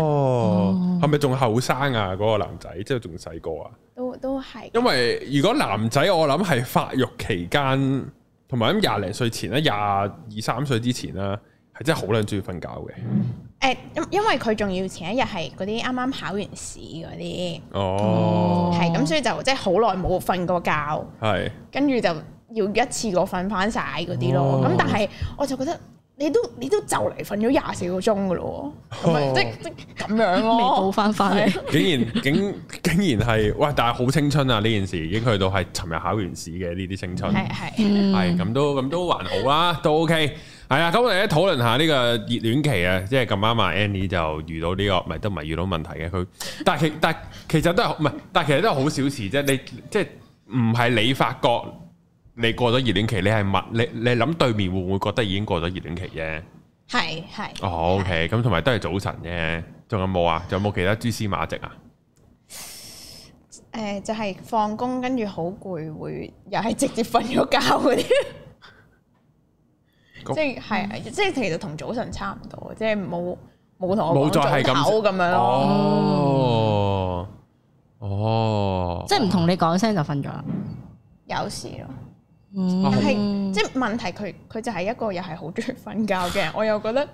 A: 哦， 係咪仲後生啊？嗰個男仔即係仲細個啊？
C: 都都係
A: 因為如果男仔，我諗係發育期間，同埋咁廿零歲前咧，廿二三歲之前啦，係真係好撚中意瞓覺嘅。
C: 誒，因因為佢仲要前一日係嗰啲啱啱考完試嗰啲，
A: 哦，
C: 係咁、所以就即係好耐冇瞓過覺，
A: 係
C: 跟住就要一次過瞓翻晒嗰啲
A: 哦
C: 咯。咁、但係我就覺得你都你都就嚟瞓咗廿四個鐘噶咯喎，咁
A: 哦
C: 咪即即咁樣
B: 未補
C: 咯。
B: 翻翻嚟，
A: 竟然竟竟然係，哇！但係好青春啊！呢件事已經去到係尋日考完試嘅呢啲青春，
C: 係啊係
B: 嗯
A: 係咁都咁都還好啦，都 OK。係啊，咁我哋咧討論下呢個熱戀期啊，即係咁啱啊，Annie 就遇到呢、個，唔係都唔係遇到問題嘅佢，但係其但係其實都係唔係，但係其實都係好小事啫。你即係唔係你發覺你過咗熱戀期，你係問你你諗對面會唔會覺得已經過咗熱戀期啫？
C: 係係。
A: 哦，OK，咁同埋都係早晨啫，仲有冇啊？仲有冇其他蛛絲馬跡啊？
C: 誒、就係放工跟住好攰，會又係直接瞓咗覺嗰啲，
A: 咁
C: 即係係即係其實同早晨差唔多，即係冇冇同
A: 冇
C: 我
A: 再
C: 講
A: 係咁
C: 早唞咁樣咯。
A: 哦，哦，
B: 即係唔同你講聲就瞓咗啦。
C: 有時咯，
B: 嗯
A: 但
C: 但係、即係問題佢佢就係一個又係好中意瞓覺嘅 人，我又覺得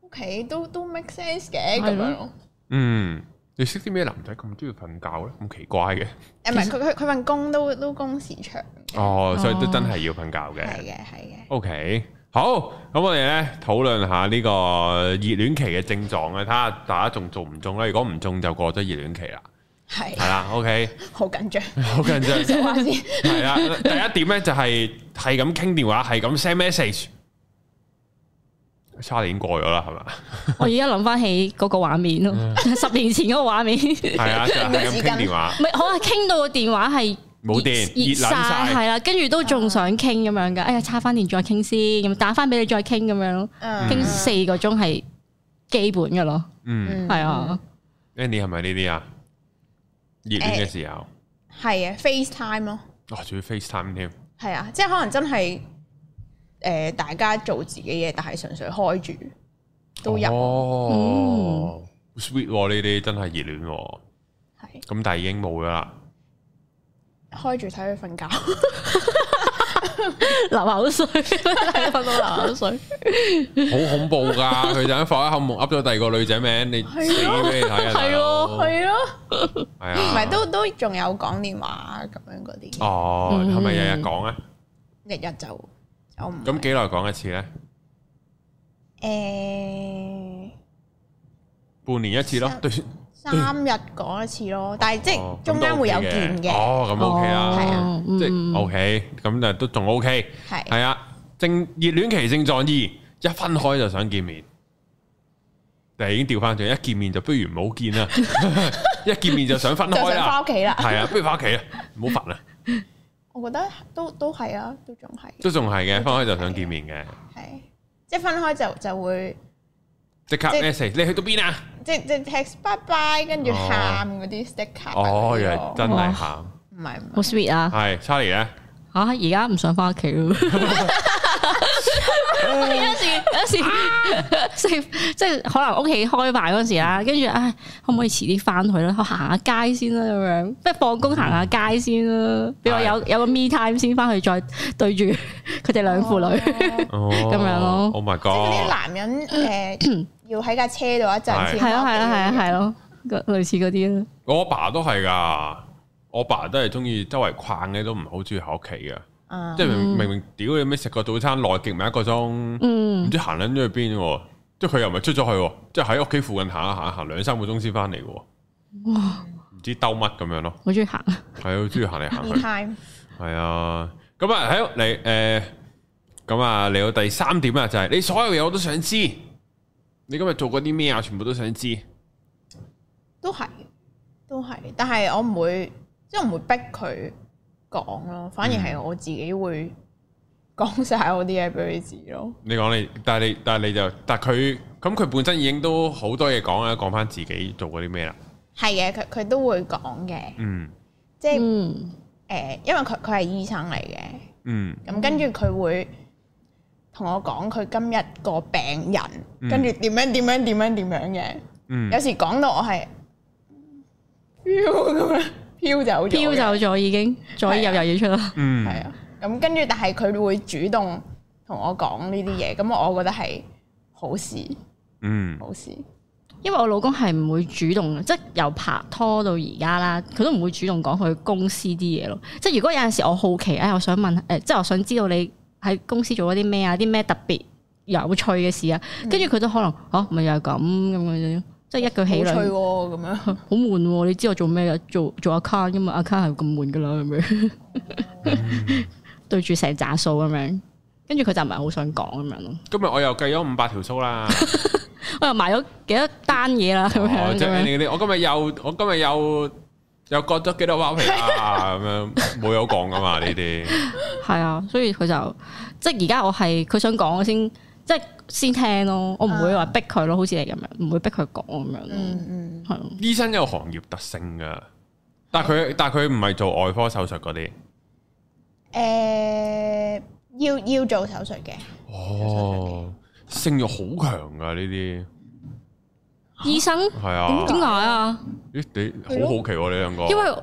C: OK 都都 make sense 嘅咁
B: 係咯
C: 樣咯。
A: 嗯，你識啲咩男仔咁中意瞓覺咧？咁奇怪嘅，
C: 誒唔係佢佢佢份工都都工時長，
A: 哦，所以都
B: 哦
A: 真係要瞓覺
C: 係
A: 嘅。
C: 嘅係嘅。
A: OK，好，咁我哋咧討論下呢個熱戀期嘅症狀啊，睇下大家仲中唔中咧？如果唔中就過咗熱戀期啦，
C: 係
A: 係啦。OK，
C: 好 緊張，
A: 好緊張。
C: 就話先
A: 係啦，第一點咧就係係咁傾電話，係咁 send message。差點過咗啦，係嘛？
B: 我而家諗翻起嗰個畫面咯， 十年前嗰個畫面，嗯 唔
A: 係啊，就係咁傾電話，
B: 係可能傾到個電話係
A: 冇電，
B: 熱
A: 熱撚
B: 晒
A: 晒。
B: 係啦，跟住都仲想傾咁樣噶，哎呀，插翻電再傾先，咁打翻俾你再傾咁樣咯，
C: 嗯
B: 傾四個鐘係基本噶咯，
A: 嗯
B: 係啊，
A: ，Andy 係咪呢啲啊？熱戀嘅時候，
C: 係啊 FaceTime 咯。
A: 哇，仲要 FaceTime 添。
C: 係啊，即係可能真係誒、呃大家做自己嘢，但係純粹開住都有，
A: 哦，sweet 喎呢啲真係熱戀喎，
C: 係、
A: 咁但係已經冇咗啦。
C: 開住睇佢瞓覺。
B: 流口水，睇到流口水，
A: 好恐怖噶！佢就咁發一口夢，噏咗第二個女仔名，你死俾你睇啊！
B: 係咯
A: 係
C: 係咯，
A: 啊，
C: 唔係都都仲有講電話啊咁樣嗰啲，
A: 哦，係咪日日講啊？
C: 日日就就唔
A: 咁幾耐講一次咧？
C: 誒
A: 半年一次咯，
C: 三
A: 對，
C: 三日講一次咯，但係即
A: 嗯哦
C: 係中間會有見嘅，
A: 哦，咁 OK 啦，
C: 係
B: 啊
A: 即
B: 嗯
A: 係 OK，咁就都仲 OK，
C: 係
A: 係啊。正熱戀期症狀二，一分開就想見面，但係已經調翻轉，一見面就不如唔好見 啦， 一見面就想分
C: 就
A: 開
C: 想
A: 啦
C: 翻。屋企啦。
A: 系啊，不如翻屋企啊，唔好煩啊，
C: 我覺得都都係啊，都仲係
A: 都仲 係嘅，翻開就想見面嘅，
C: 係，即係分開就就會
A: 即刻
C: 即
A: message 你去到邊啊？
C: 即即 text bye bye，跟住喊嗰啲 sticker
A: 哦，原來
C: 嗰啲咯
A: 真係喊，
C: 唔係唔係
B: 好 sweet 啊！
A: 係 Charlie 咧，
B: 吓，啊而家唔想翻屋企咯。有時有時食即係可能屋企開飯嗰時啦，跟住唉，可唔可以遲啲翻去啦？我行下街先啦，咁樣即係放工行下街先啦，俾我有有個 me time 先翻去再對住佢哋兩父女。
C: 哦
A: 哦，
B: 咁樣咯
A: ，Oh my
C: 即係嗰啲
A: god，
C: 男人 誒要喺架車度一陣
A: 係
B: 係
C: 先
B: 咯係咯啊係咯
C: 返屋企
B: 係咯，嗰類似嗰啲咯。
A: 我阿爸都係㗎，我阿爸都係中意周圍逛嘅，都唔好中意喺屋企嘅，
C: 啊
A: 即係明明明屌你咩食個早餐耐極咪一個鐘，唔
B: 嗯，
A: 知行撚咗去邊喎，即係佢又唔係出咗去喎，即係喺屋企附近行一行，行兩三個鐘先翻嚟嘅喎，唔知兜乜咁樣咯，
B: 我中意行，
A: 係啊，中意行嚟行
C: me
A: 去。
C: time
A: 系啊，咁啊喺嚟诶，咁啊嚟到第三點啊，就係你所有嘢我都想知，你今日做過啲咩啊？全部都想知，
C: 都係都係，但係我唔會即係我唔會逼佢講咯，反而係我自己會講晒我啲嘢俾佢知咯。
A: 你講你，但係你但係你就，但係佢咁佢本身已經都好多嘢講啦，啊講翻自己做過啲咩啦，
C: 係嘅，佢佢都會講嘅，
A: 嗯
C: 即係誒、
B: 嗯，
C: 因為佢佢係醫生嚟嘅，
A: 嗯
C: 咁跟住佢會同我講佢今日個病
A: 嗯
C: 人，跟住點樣點樣點樣點樣嘅。
A: 嗯
C: 有，時講到我係飄咁樣飄走咗嘅，
B: 飄走咗已經，左右又要出啦，
A: 嗯
C: 係啊。咁跟住，但係佢會主動同我講呢啲嘢，咁我覺得係好事，
A: 嗯
C: 好事。
B: 因為我老公係唔會主動，即係由拍拖到而家啦，佢都唔會主動講佢公司啲嘢咯。即係如果有陣時我好奇，哎誒，我想問，誒，即係我想知道你喺公司做咗啲咩啊，啲咩特別有趣嘅事啊，
C: 嗯
B: 跟住佢都可能，哦，咪又係咁咁樣，即係一句
C: 好
B: 起
C: 趣
B: 兩
C: 喎咁樣，
B: 好悶喎！你知我做咩嘅？做做 account 噶嘛，account 係咁悶噶啦，咁樣
C: 嗯
B: 對住成扎數咁樣，跟住佢就唔係好想講咁樣咯。
A: 今日我又計咗五百條數啦，
B: 我又買咗幾多單嘢啦，咁
A: 哦
B: 樣
A: 即
B: 咁
A: 係
B: 樣，
A: 你嗰啲，我今日又我今日又又割咗幾多包皮啊，咁樣冇有講噶嘛呢啲，
B: 係啊，所以佢就即係而家我係佢想講我先，即係先聽咯。我唔會話逼佢咯，好似你咁樣，唔會逼佢講咁樣咯。
C: 嗯嗯，
B: 係咯，
A: 醫生有行業特性噶，但系佢但系佢唔係做外科手術嗰啲。
C: 嗯誒要要做手術嘅，
A: 哦，性欲好強噶呢啲，
B: 醫生
A: 係啊
B: 點。解啊？
A: 咦，你好好奇喎，你兩個。
B: 因為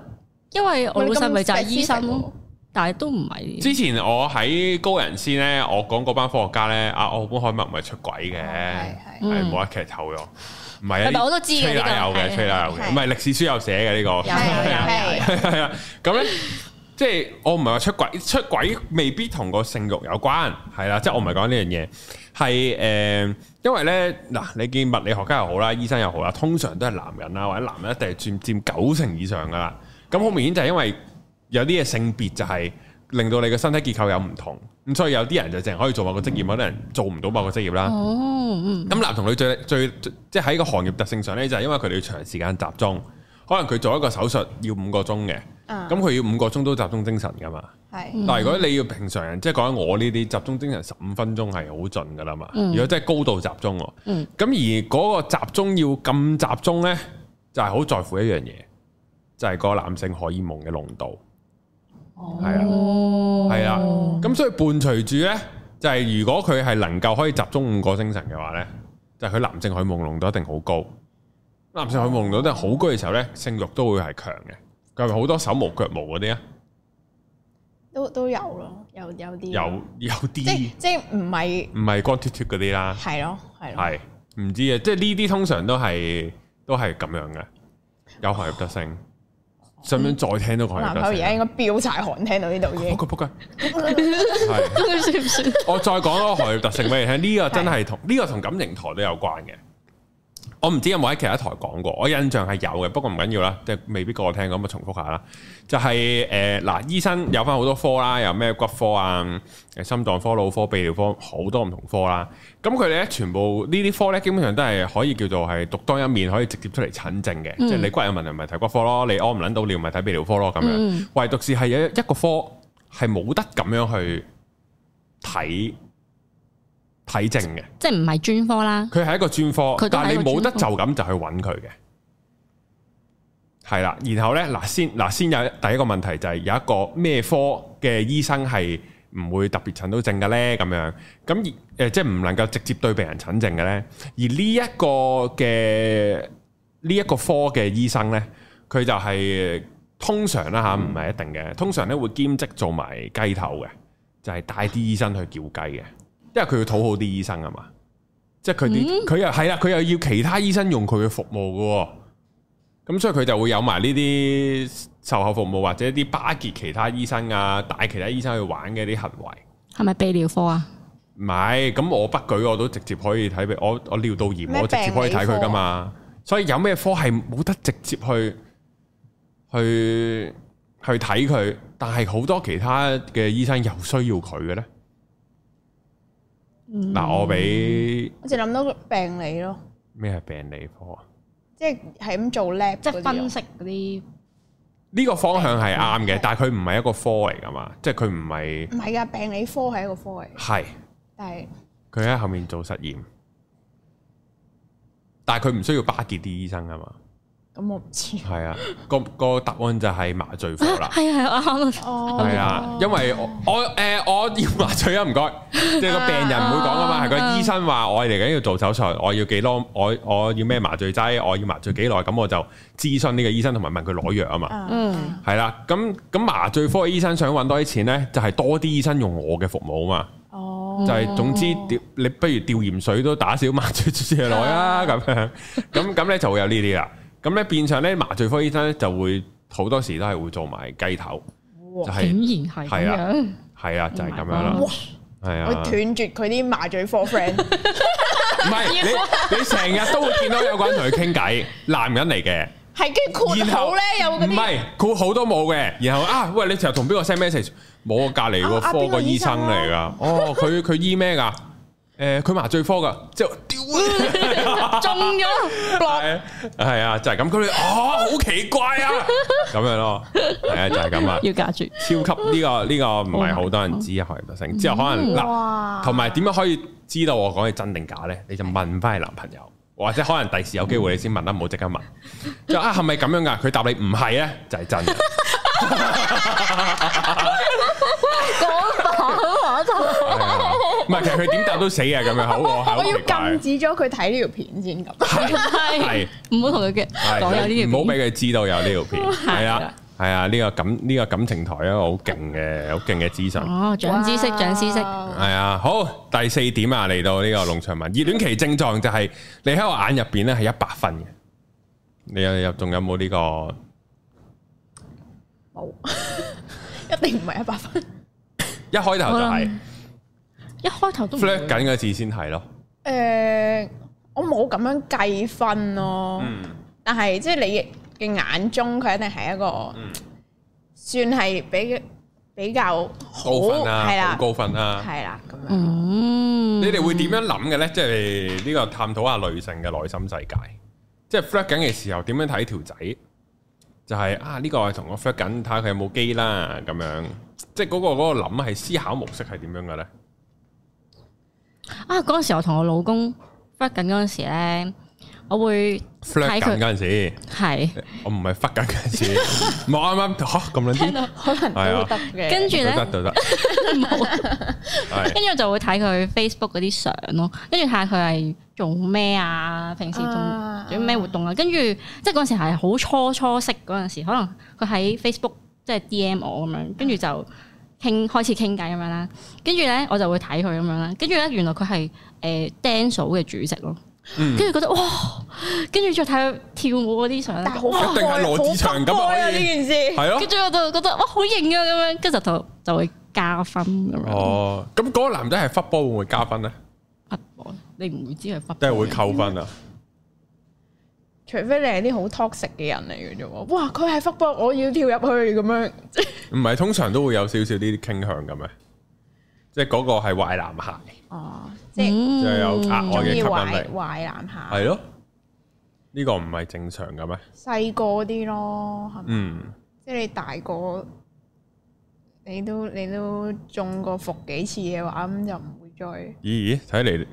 B: 因為我老細咪就係醫生
C: 喂你咁
B: 咯，但係都唔係。
A: 之前我喺高人先咧，我講嗰班科學家咧，阿奧本海默唔係出軌嘅，
C: 係係
A: 係冇得劇透咗。唔係啊，
B: 哦係咪我都知嘅
A: 吹奶有
B: 呢個
A: 嘅，
B: 係
A: 吹奶有嘅，
C: 係
A: 唔係歷史書有寫嘅呢個。
B: 有有有
C: 係係
A: 係啊，咁咧。即係我唔係話出軌，出軌未必同個性欲有關，係啦，即係我唔係講呢樣嘢，係誒、呃因為咧嗱，你見物理學家又好啦，醫生又好啦，通常都係男人啦，或者男人一定係佔佔九成以上噶啦，咁好明顯就係因為有啲嘢性別就係令到你嘅身體結構有唔同，咁所以有啲人就淨係可以做某個職業，有啲人做唔到某個職業啦。
B: 哦，嗯，
A: 咁男同女最最即係喺個行業特性上咧，就係、因為佢哋要長時間集中，可能佢做一個手術要五個鐘嘅，
C: 啊
A: 咁佢、要五個鐘都集中精神噶嘛。
B: 嗯
C: 係
A: 但係如果你要平常人，即係講緊我呢啲集中精神十五分鐘係好盡噶啦嘛。
B: 嗯
A: 如果真係高度集中喎，咁、
B: 嗯
A: 而嗰個集中要咁集中呢，就係、好在乎一樣嘢，就係、個男性荷爾蒙嘅濃度。係啊
B: 哦，
A: 係啦，咁所以伴隨住呢，就係、如果佢係能夠可以集中五個精神嘅話呢，就係、佢男性荷爾蒙濃度一定好高。男性荷爾蒙濃度一定好高嘅時候呢，性慾都會係強嘅。佢係咪好多手毛腳毛嗰啲啊？
C: 都都有咯，有有啲
A: 有有啲
C: 即即唔係
A: 唔係光脱脱嗰啲啦，
C: 係咯係咯，
A: 係唔知啊。即係呢啲通常都係都係咁樣嘅，有行業特性。想唔想再聽到個
C: 我
A: 行
C: 男
A: 業
C: 朋友
A: 特
C: 而家
A: 性
C: 應
A: 啊？
C: 該飆晒汗，聽到呢度已
A: 仆
C: 經
A: 佢仆佢， 係。
B: 咁算唔算？
A: 我再講嗰個行業特性俾你聽，呢、個真係同呢個同感情台都有關嘅。我唔知有冇喺其他台講過，我印象係有嘅，不過唔緊要啦，即係未必個個聽咁啊，重複下啦。就係誒嗱，醫生有翻好多科啦，有咩骨科啊、誒心臟科、腦科、泌尿科，好多唔同科啦。咁佢哋咧全部呢啲科咧，基本上都係可以叫做係獨當一面，可以直接出嚟診症嘅。即係你骨有問題，咪睇骨科咯；你屙唔撚到尿，咪睇泌尿科咯咁樣。
B: 嗯
A: 唯獨是係有一個科係冇得咁樣去睇睇症嘅，
B: 即係唔係專科啦？
A: 佢係一個專科，
B: 佢都
A: 但
B: 係
A: 係
B: 一
A: 你
B: 個
A: 冇得就
B: 專
A: 咁就去揾佢嘅，係啦。然後呢，嗱先嗱先有第一個問題就係有一個咩科嘅醫生係唔會特別診到症嘅呢？咁樣咁而誒即係唔能夠直接對病人診症嘅呢。而呢一個嘅呢一個科嘅醫生呢，佢就係、通常啦
B: 嗯
A: 嚇，唔係一定嘅。通常咧會兼職做埋雞頭嘅，就係帶啲醫生去叫雞嘅，因為佢要討好啲醫生啊嘛。即係佢啲佢又係啦，佢又要其他醫生用佢嘅服務嘅喎，咁所以佢就會有埋呢啲售後服務或者啲巴結其他醫生啊，帶其他醫生去玩嘅啲行為。
B: 係咪泌尿科啊？
A: 唔係，咁我不舉我都直接可以睇俾我我尿道炎，
C: 咩
A: 我直接可以睇佢噶嘛。所以有咩科係冇得直接去去去睇佢，但係好多其他嘅醫生又需要佢嘅咧。嗱、我俾
C: 我就諗到病理咯，
A: 咩係病理科啊？
C: 即係係咁做 lab
B: 即
C: 嗰啲
B: 係
C: 啊
B: 分析嗰啲，
A: 呢個方向係啱嘅，但係佢唔係一個科嚟噶嘛，即係佢唔係
C: 唔係㗎，病理科係一個科嚟，
A: 係
C: 但係
A: 佢喺後面做實驗，但係佢唔需要巴結啲醫生啊嘛。
C: 咁我唔知。
A: 係啊，個個答案就係麻醉科啦
B: 啊。 係啊係啊啱啊，
C: 哦
A: 係啊，因為我我誒我要麻醉啊，唔該，即係個病人唔會講噶 嘛，係個醫生話我嚟緊要做手術，我要幾多，我我要咩麻醉劑，我要麻醉幾耐，咁我就諮詢呢個醫生同埋問佢攞藥啊嘛，
C: 嗯
B: 嗯，
A: 係啦，咁咁麻醉科嘅醫生想揾多啲錢呢，就係多啲醫生用我嘅服務啊
C: 哦
A: 嘛，就係總之吊你不如吊鹽水都打少麻醉劑耐啊咁樣，咁咁咧就會有呢啲啦，咁咧變相咧麻醉科醫生咧就會好多時都係會做埋雞頭，就
B: 竟
A: 係
B: 然係
A: 係
B: 咁
A: 啊
B: 樣。
A: 係啊，就係咁樣啦。
C: 哇！
A: 系啊，
C: 我斷
A: 唔
C: 絕佢啲麻醉科 friend，
A: 係你你成日都會見到有個人同佢傾偈，男人嚟嘅，
C: 係跟住括
A: 然後
C: 號咧有嗰
A: 唔
C: 啲
A: 係佢好多冇嘅，然後啊喂，你成日同邊個 send message？冇我隔離個
C: 啊啊
A: 科
C: 邊
A: 個
C: 個
A: 醫
C: 醫
A: 生
C: 生
A: 嚟㗎，哦，佢 佢醫咩㗎？誒，佢麻醉科㗎，之後屌
B: 中咗
A: 係係啊，就係咁，佢哋哦，好奇怪啊，咁樣咯，係啊，就係咁啊，
B: 要隔住，
A: 超級呢個呢個唔係好多人知啊，何德成之後可能嗱。
C: 嗯哇！
A: 同埋點樣可以知道我講嘅真定假呢？你就問翻你男朋友，或者可能第時有機會你先問啦，唔好即刻問。就啊，係咪咁樣噶？佢答你唔係呢，就係、真嘅。講反話 唔係，其實佢點答都死啊嘅咁樣，好我好
C: 我
A: 奇
C: 要
A: 怪。
C: 禁止咗佢睇呢條片先咁。
A: 係
B: 係唔好同佢嘅
A: 係
B: 講有呢
A: 唔好
B: 條片，
A: 俾佢知道有呢條片。係
B: 係
A: 啊
B: 啦，
A: 係啊，呢個感呢個感情台一個好勁嘅好勁嘅資訊。
B: 哦，長知識，長知識，
A: 系啊，好第四點啊，嚟到呢個農場文熱戀期症狀就係你喺我眼入边咧係一百分嘅，你有有仲有冇呢、個？
C: 冇， 一定唔係一百分。
A: 一開頭就係
B: 一開頭都唔
A: flirt
B: 會
A: 緊嗰次先係咯，
C: 誒，我冇咁樣計分咯，
A: 嗯，
C: 但係即係你嘅眼中，佢一定係一個
A: 嗯
C: 算係比比較好
A: 高分啊，
C: 哦係
A: 好
C: 啦，
A: 高分啊，
C: 係啦咁樣。
B: 嗯，
A: 你哋會點樣諗嘅咧？即係呢個探討下女性嘅內心世界，即係 flirt 緊嘅時候點樣睇條仔？就係、啊呢、個係同我 flirt 緊，睇下佢有冇機啦咁樣，即係嗰、個嗰、個諗係思考模式係點樣嘅咧？
B: 啊？嗰陣時我同我老公 flirt 緊嗰陣時咧，我會
A: flirt 緊
B: 睇佢
A: 嗰陣時。
B: 係
A: 我唔係忽緊嗰陣時，唔 係啊我啱啱嚇咁撚
B: 聽
A: 啲，
B: 到，
C: 可能都得嘅。
B: 跟住
A: 得
B: 咧
A: 得得，
B: 冇，
A: 係
B: 跟住我就會睇佢 Facebook 嗰啲相咯，跟住睇下佢係做咩啊，平時做。有咩活動啊？跟住即係嗰陣時係好初初識嗰陣時，可能佢喺 Facebook 即係 DM 我咁樣，跟住就傾開始傾偈咁樣啦。跟住咧我就會睇佢咁樣啦。跟住咧原來佢係誒 dance 嘅主席咯，
A: 嗯
B: 跟住覺得哇！跟住再睇佢跳舞嗰啲相
C: 但
B: 咧，
C: 係好
A: 一定係羅志祥咁啊
C: 好急啊
A: 可以
C: 呢件事。
A: 係咯
B: 跟。住我就覺得哇好型啊咁樣，跟住就同就會加分咁樣。
A: 哦，咁嗰個男仔係忽波會唔會加分咧？
B: 不過你唔會知佢不
A: 定係會扣分啊？
C: 除非你係啲好 toxic 嘅人嚟嘅啫喎，哇！佢係 fuck boy，我要跳入去咁樣，
A: 唔係，通常都會有少少呢啲傾向嘅咩？即係嗰個係壞男孩，
C: 哦，即係
A: 就
B: 嗯
A: 有額外
C: 中
A: 嘅吸
C: 意
A: 引
C: 壞
A: 力，
C: 壞男孩，
A: 係咯？呢個唔係正常嘅咩？
C: 細個啲咯，係咪？
A: 嗯，
C: 即係你大個，你都你都中過伏幾次嘅話，咁就唔會再
A: 咦咦，睇嚟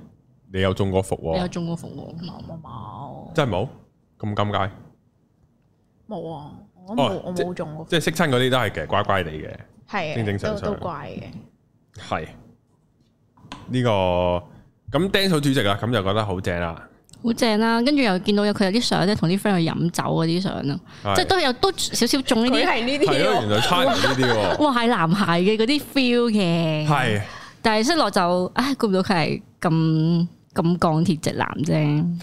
A: 你有中過伏
B: 你有
A: 喎，
B: 中過伏我
C: 冇冇冇
A: 真係冇咁尷尬，
C: 冇啊！我冇
A: 哦
C: 我
A: 即
C: 冇中過伏，
A: 即係識親嗰啲都係嘅，乖乖地嘅。
C: 係
A: 正正
C: 嘅
A: 常
C: 都
A: 常
C: 都怪嘅，
A: 系呢、個咁 dance 好主席啦，啊咁就覺得好正啦。
B: 好正啦。跟住又見到有佢有啲相咧，同啲 friend 去飲酒嗰啲相啊啦。即係
A: 係
B: 都有都少少中呢
C: 佢
B: 啲
C: 係呢
A: 係咯，原
C: 啲
A: 來差唔多呢啲喎。
B: 哇係男孩嘅嗰啲 feel 嘅，
A: 係
B: 但係識落就唉估唔到佢係咁咁鋼鐵直男啫，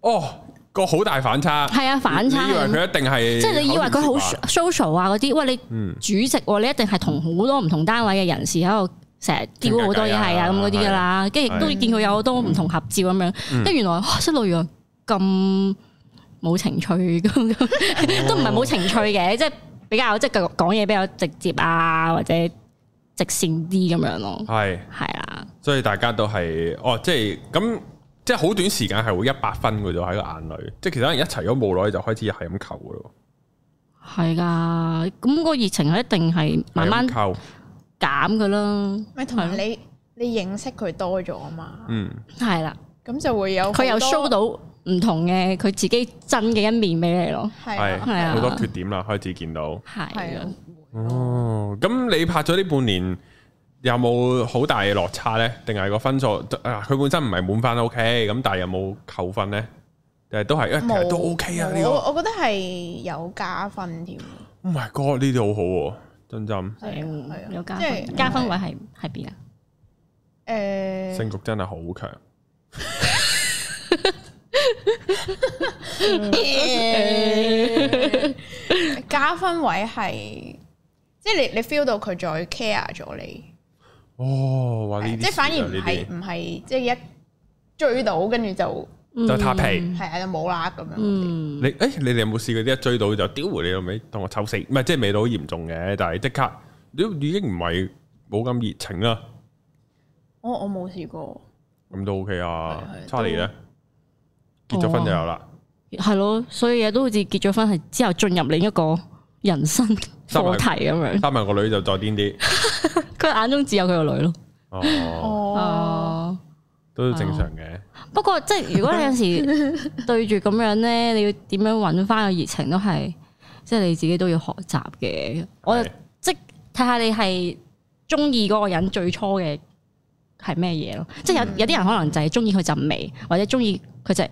A: 哦，個好大反差。
B: 係啊反差
A: 你以為
B: 係咁，
A: 佢一定係
B: 即係你以為佢好
A: 口甜舌滑
B: social 啊嗰啲，喂你
A: 嗯
B: 主席喎，你一定係同好多唔同單位嘅人士喺度成日叫好多嘢係啊嗯咁嗰啲噶啦，跟住亦都見佢有好多唔同合照咁樣，跟住原來哇室內原來咁冇情趣咁，都唔係冇情趣嘅，即係比較即係講嘢比較直接啊，或者直線啲咁樣咯，
A: 係，
B: 係啊啦，
A: 所以大家都係哦，即係咁，即係好短時間係會一百分嘅啫喺個眼裏，即係其他人一齊咗冇耐就開始係咁求嘅咯，
B: 係噶，咁個熱情係一定係啊慢慢
A: 係咁求，
B: 減噶啦，
C: 咪同埋你你認識佢多咗啊嘛，
A: 嗯，
B: 係啦，
C: 咁就會有好多
B: 佢又 show 到唔同嘅佢自己真嘅一面俾你咯，
C: 係
B: 係
A: 係
B: 啊
A: 好多缺點啦，開始見到。
B: 係
C: 係
B: 啊
C: 啊。，
A: 哦，咁你拍咗呢半年有冇好大嘅落差呢？定係個分數啊？佢本身唔係滿分 OK，咁但係有冇扣分呢？定係都係，誒其實都 OK 啊呢個。
C: 我我覺得係有加分添，啊
A: Oh my god，呢啲好好喎，真真
C: 係啊係啊
B: 嗯有加
C: 即係
B: 分，加分位係係邊啊？
A: 性
C: 誒，
A: 慾真係好強。
C: 加分位係即係你你 feel 到佢再 care 咗你，
A: 哦，哇！呢啲
C: 即係反而唔
A: 呢
C: 係
A: 啲
C: 唔係即係一追到跟住就
A: 就塌皮。
C: 係啊就冇啦咁樣。
B: 嗯，
A: 你誒，你哋有冇試過啲一追到就屌你老味，當我臭死？唔係即係未到好嚴重嘅，但係即刻都已經唔係冇咁熱情啦。
C: 我我冇試過，
A: 咁都 OK 啊
C: 係係。
A: 查理咧
B: 都
A: 結咗婚就
B: 我啊
A: 有啦。
B: 係咯，所以嘢都好似結咗婚係之後進入另一個人生課題咁樣。
A: 三埋個女就再癲啲，
B: 佢眼中只有佢個女咯。
A: 哦，
C: 哦，
B: 哦，
A: 都正常嘅，
B: 不過即係如果你有 時對住咁樣咧，你要點樣揾翻個熱情都係，即係你自己都要學習嘅。我
A: 係
B: 即係睇下你係中意嗰個人最初嘅係咩嘢咯。
A: 嗯
B: 即係有有啲人可能就係中意佢陣味，或者中意佢隻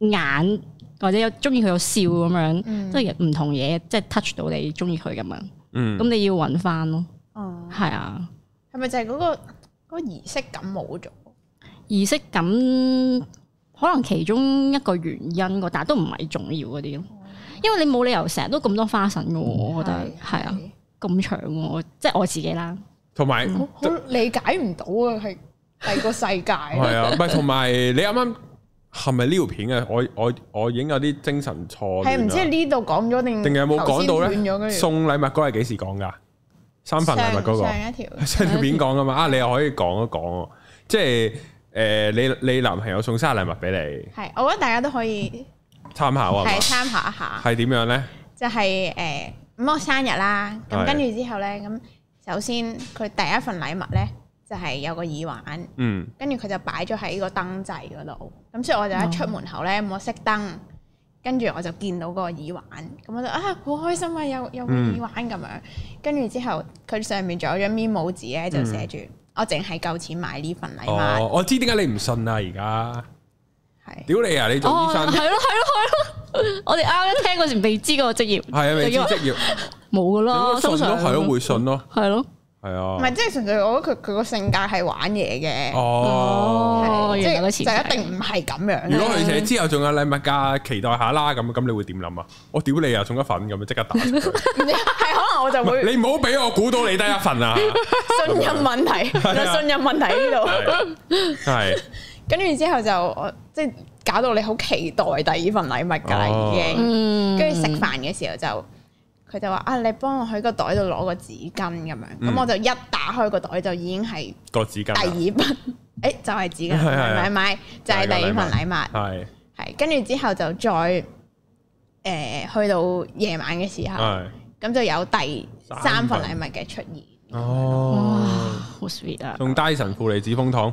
B: 眼，或者有中意佢有笑咁樣，
C: 嗯
B: 哦即係唔同嘢，即係 touch 到你中意佢咁樣。
A: 嗯，
B: 咁你要揾翻咯，
C: 哦，
B: 係啊，
C: 係咪就係嗰個嗰個儀式感冇咗？
B: 儀式感可能其中一個原因個，但係都唔係重要嗰啲咯。因為你冇理由成日都咁多花神嘅喎，
C: 嗯
B: 我覺得係啊，咁長喎，即係我自己啦。
A: 同埋
C: 好好理解唔到啊，係第二個 世
A: 係
C: 界。
A: 啊，唔係同埋你啱啱係咪呢條片啊？我我我已經有啲精神錯
C: 係
A: 亂
C: 唔知
A: 啦，
C: 呢度講咗定
A: 定係有冇講到
C: 頭先斷咗
A: 咧？
C: 跟住
A: 送禮物嗰係幾時講噶？三份禮物嗰
C: 上上
A: 個
C: 一條
A: 上條片講噶 嘛？啊，你又可以講一講喎，即係誒，你你男朋友送生日禮物俾
C: 係，我覺得大家 都可以
A: 你參考啊嘛
C: 係？參考一下，
A: 係點樣咧？
C: 就係誒咁我生日啦，
A: 係
C: 咁跟住之後咧，咁首先佢第一份禮物咧就係有個耳環，
A: 嗯，
C: 跟住佢就擺咗喺個燈掣嗰度，咁所以我就
B: 哦
C: 一出門口咧，咁我熄燈，跟住我就見到個耳環，咁我就啊好開心啊，有有個耳
A: 嗯
C: 環咁樣，跟住之後佢上面仲有張 memo 紙咧，就寫住我淨係夠錢買呢份
B: 哎
C: 禮物，
A: 嗯哦，我知點解你唔信啦而家。
C: 係
A: 屌你啊！你做
B: 哦，
A: 醫
B: 係咯，
A: 生
B: 係咯，係咯，我哋啱啱聽嗰時未知嗰個職業
A: 係 啊，未知職業，
B: 冇噶
A: 應
B: 咯，
A: 該
B: 哦通
A: 信
B: 常
A: 咯，係咯，會信咯，
B: 係咯，
A: 係啊。
C: 唔係即係純粹我覺得佢佢個性格係玩嘢
A: 哦，
C: 嘅。
B: 哦
C: 係
B: 原來個
C: 即
B: 前
C: 係
B: 提
C: 就一定唔係咁樣
A: 如果
C: 嘅。
A: 佢寫之後仲有禮物㗎，期待下啦，咁咁你會點諗啊？我屌你啊，送一份咁樣即 刻打出佢
C: 係可能我就
A: 唔係
C: 會
A: 你唔好俾我估到你得一份 啊！
C: 信任問題，
A: 係啊
C: 信任問題呢度。
A: 係係
C: 跟住之後就我即係搞到你好期待第二份禮物㗎啦，
A: 哦
C: 已經。
B: 嗯，
C: 跟住食飯嘅時候就佢就話啊，你幫我喺個袋度攞個紙巾咁樣。
A: 嗯
C: 咁我就一打開個袋就已經係
A: 個紙巾
C: 第
A: 啊，
C: 二份， 誒就係紙巾，
A: 係係係
C: 買買就係第二份禮物。
B: 哎
A: 係
C: 係跟住之後就再誒去到夜晚嘅時候，
A: 係
C: 咁就有第
A: 啊三
C: 三
A: 份
C: 份禮物嘅出現。
B: 哇
A: 哦，，
B: 好 sweet 啊！
A: 送 Dyson 負離子風筒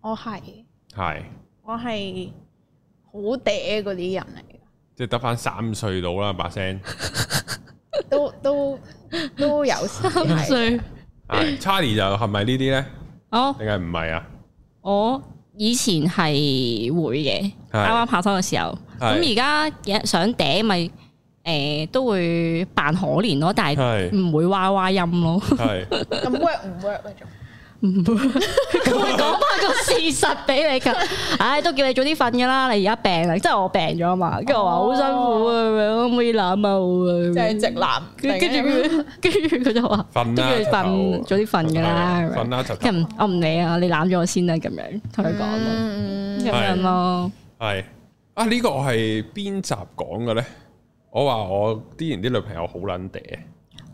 C: 我哦係
A: 係，
C: 我係好嗲嗰啲人嚟
A: 即係得翻三歲 到啦，把聲
C: 嘅，都都都有時係
B: 所以
A: 系 Charlie 就係咪呢啲咧？
B: 哦，
A: 定係唔係啊？
B: 我以前係會嘅，
A: 係
B: 啱啊啱拍拖嘅時候。咁而家想嗲咪誒都會扮可憐咯，但係
A: 係
B: 唔會哇 哇音咯。
A: 係
C: 咁 work 唔 work 咧？仲
B: 唔會，佢會講翻個事實俾你㗎。唉，都叫你早啲瞓㗎啦，你而家病啦，即係我病咗啊嘛。跟住我話好辛苦啊，咁樣可唔可以攬啊我啊？
C: 即
B: 咁
C: 係
B: 樣
C: 直男，
B: 跟跟住佢，跟住佢就話
A: 瞓
B: 都
A: 啦
B: 叫你瞓，早啲瞓㗎啦。咁樣
A: 啊瞓啦，就
B: 跟住唔我唔理啊，你攬咗我先啦，咁樣同佢講咯，
C: 嗯
B: 咁樣咯。
A: 係啊！呢個我係邊集講嘅咧？我話我之前啲女朋友好撚嗲，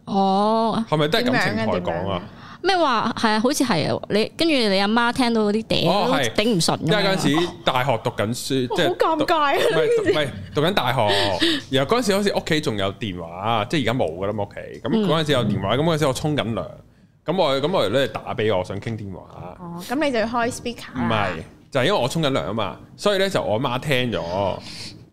B: 哦，
A: 係咪都係感情台
C: 點樣啊
A: 講啊？
B: 咩話係啊？好似係啊你跟住你阿媽聽到嗰啲
A: 哦
B: 嗲都
A: 係
B: 頂唔順㗎
A: 因為
B: 嘛。
A: 嗰陣時大學讀緊書，即
C: 哇
A: 係
C: 好尷
A: 讀
C: 尬啊！
A: 唔係唔係讀緊大學，然後嗰陣時好似屋企仲有電話，即係而家冇噶啦嘛屋企。咁嗰陣時有電話，咁嗰陣時我沖緊涼，咁我咁我咧打俾我，想傾電話，
C: 哦，咁你就要開 speaker
A: 唔
C: 啦
A: 係，就係因為我沖緊涼啊嘛，所以咧就我媽聽咗。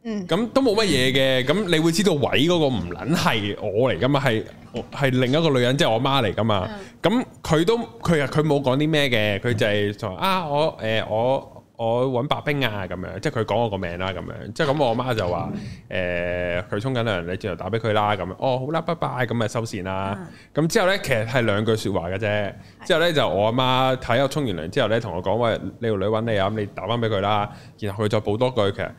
C: 嗯，
A: 咁都冇乜嘢嘅，咁你會知道位嗰個唔撚係我嚟噶嘛，係係另一個女人，即係我媽嚟噶嘛。咁佢都佢啊佢冇講啲咩嘅，佢就係就話啊我誒、呃我我揾白冰啊咁樣，即係佢講我個名啦咁樣。即係咁我媽就話誒佢沖緊涼，你轉頭打俾佢啦咁樣。哦好啦，拜拜，咁咪收線啦。咁之後咧其實係兩句説話嘅啫。之後咧就我阿媽睇我沖完涼之後咧同我講喂你條女揾你啊，咁你打翻俾佢啦。然後佢再補多句其實。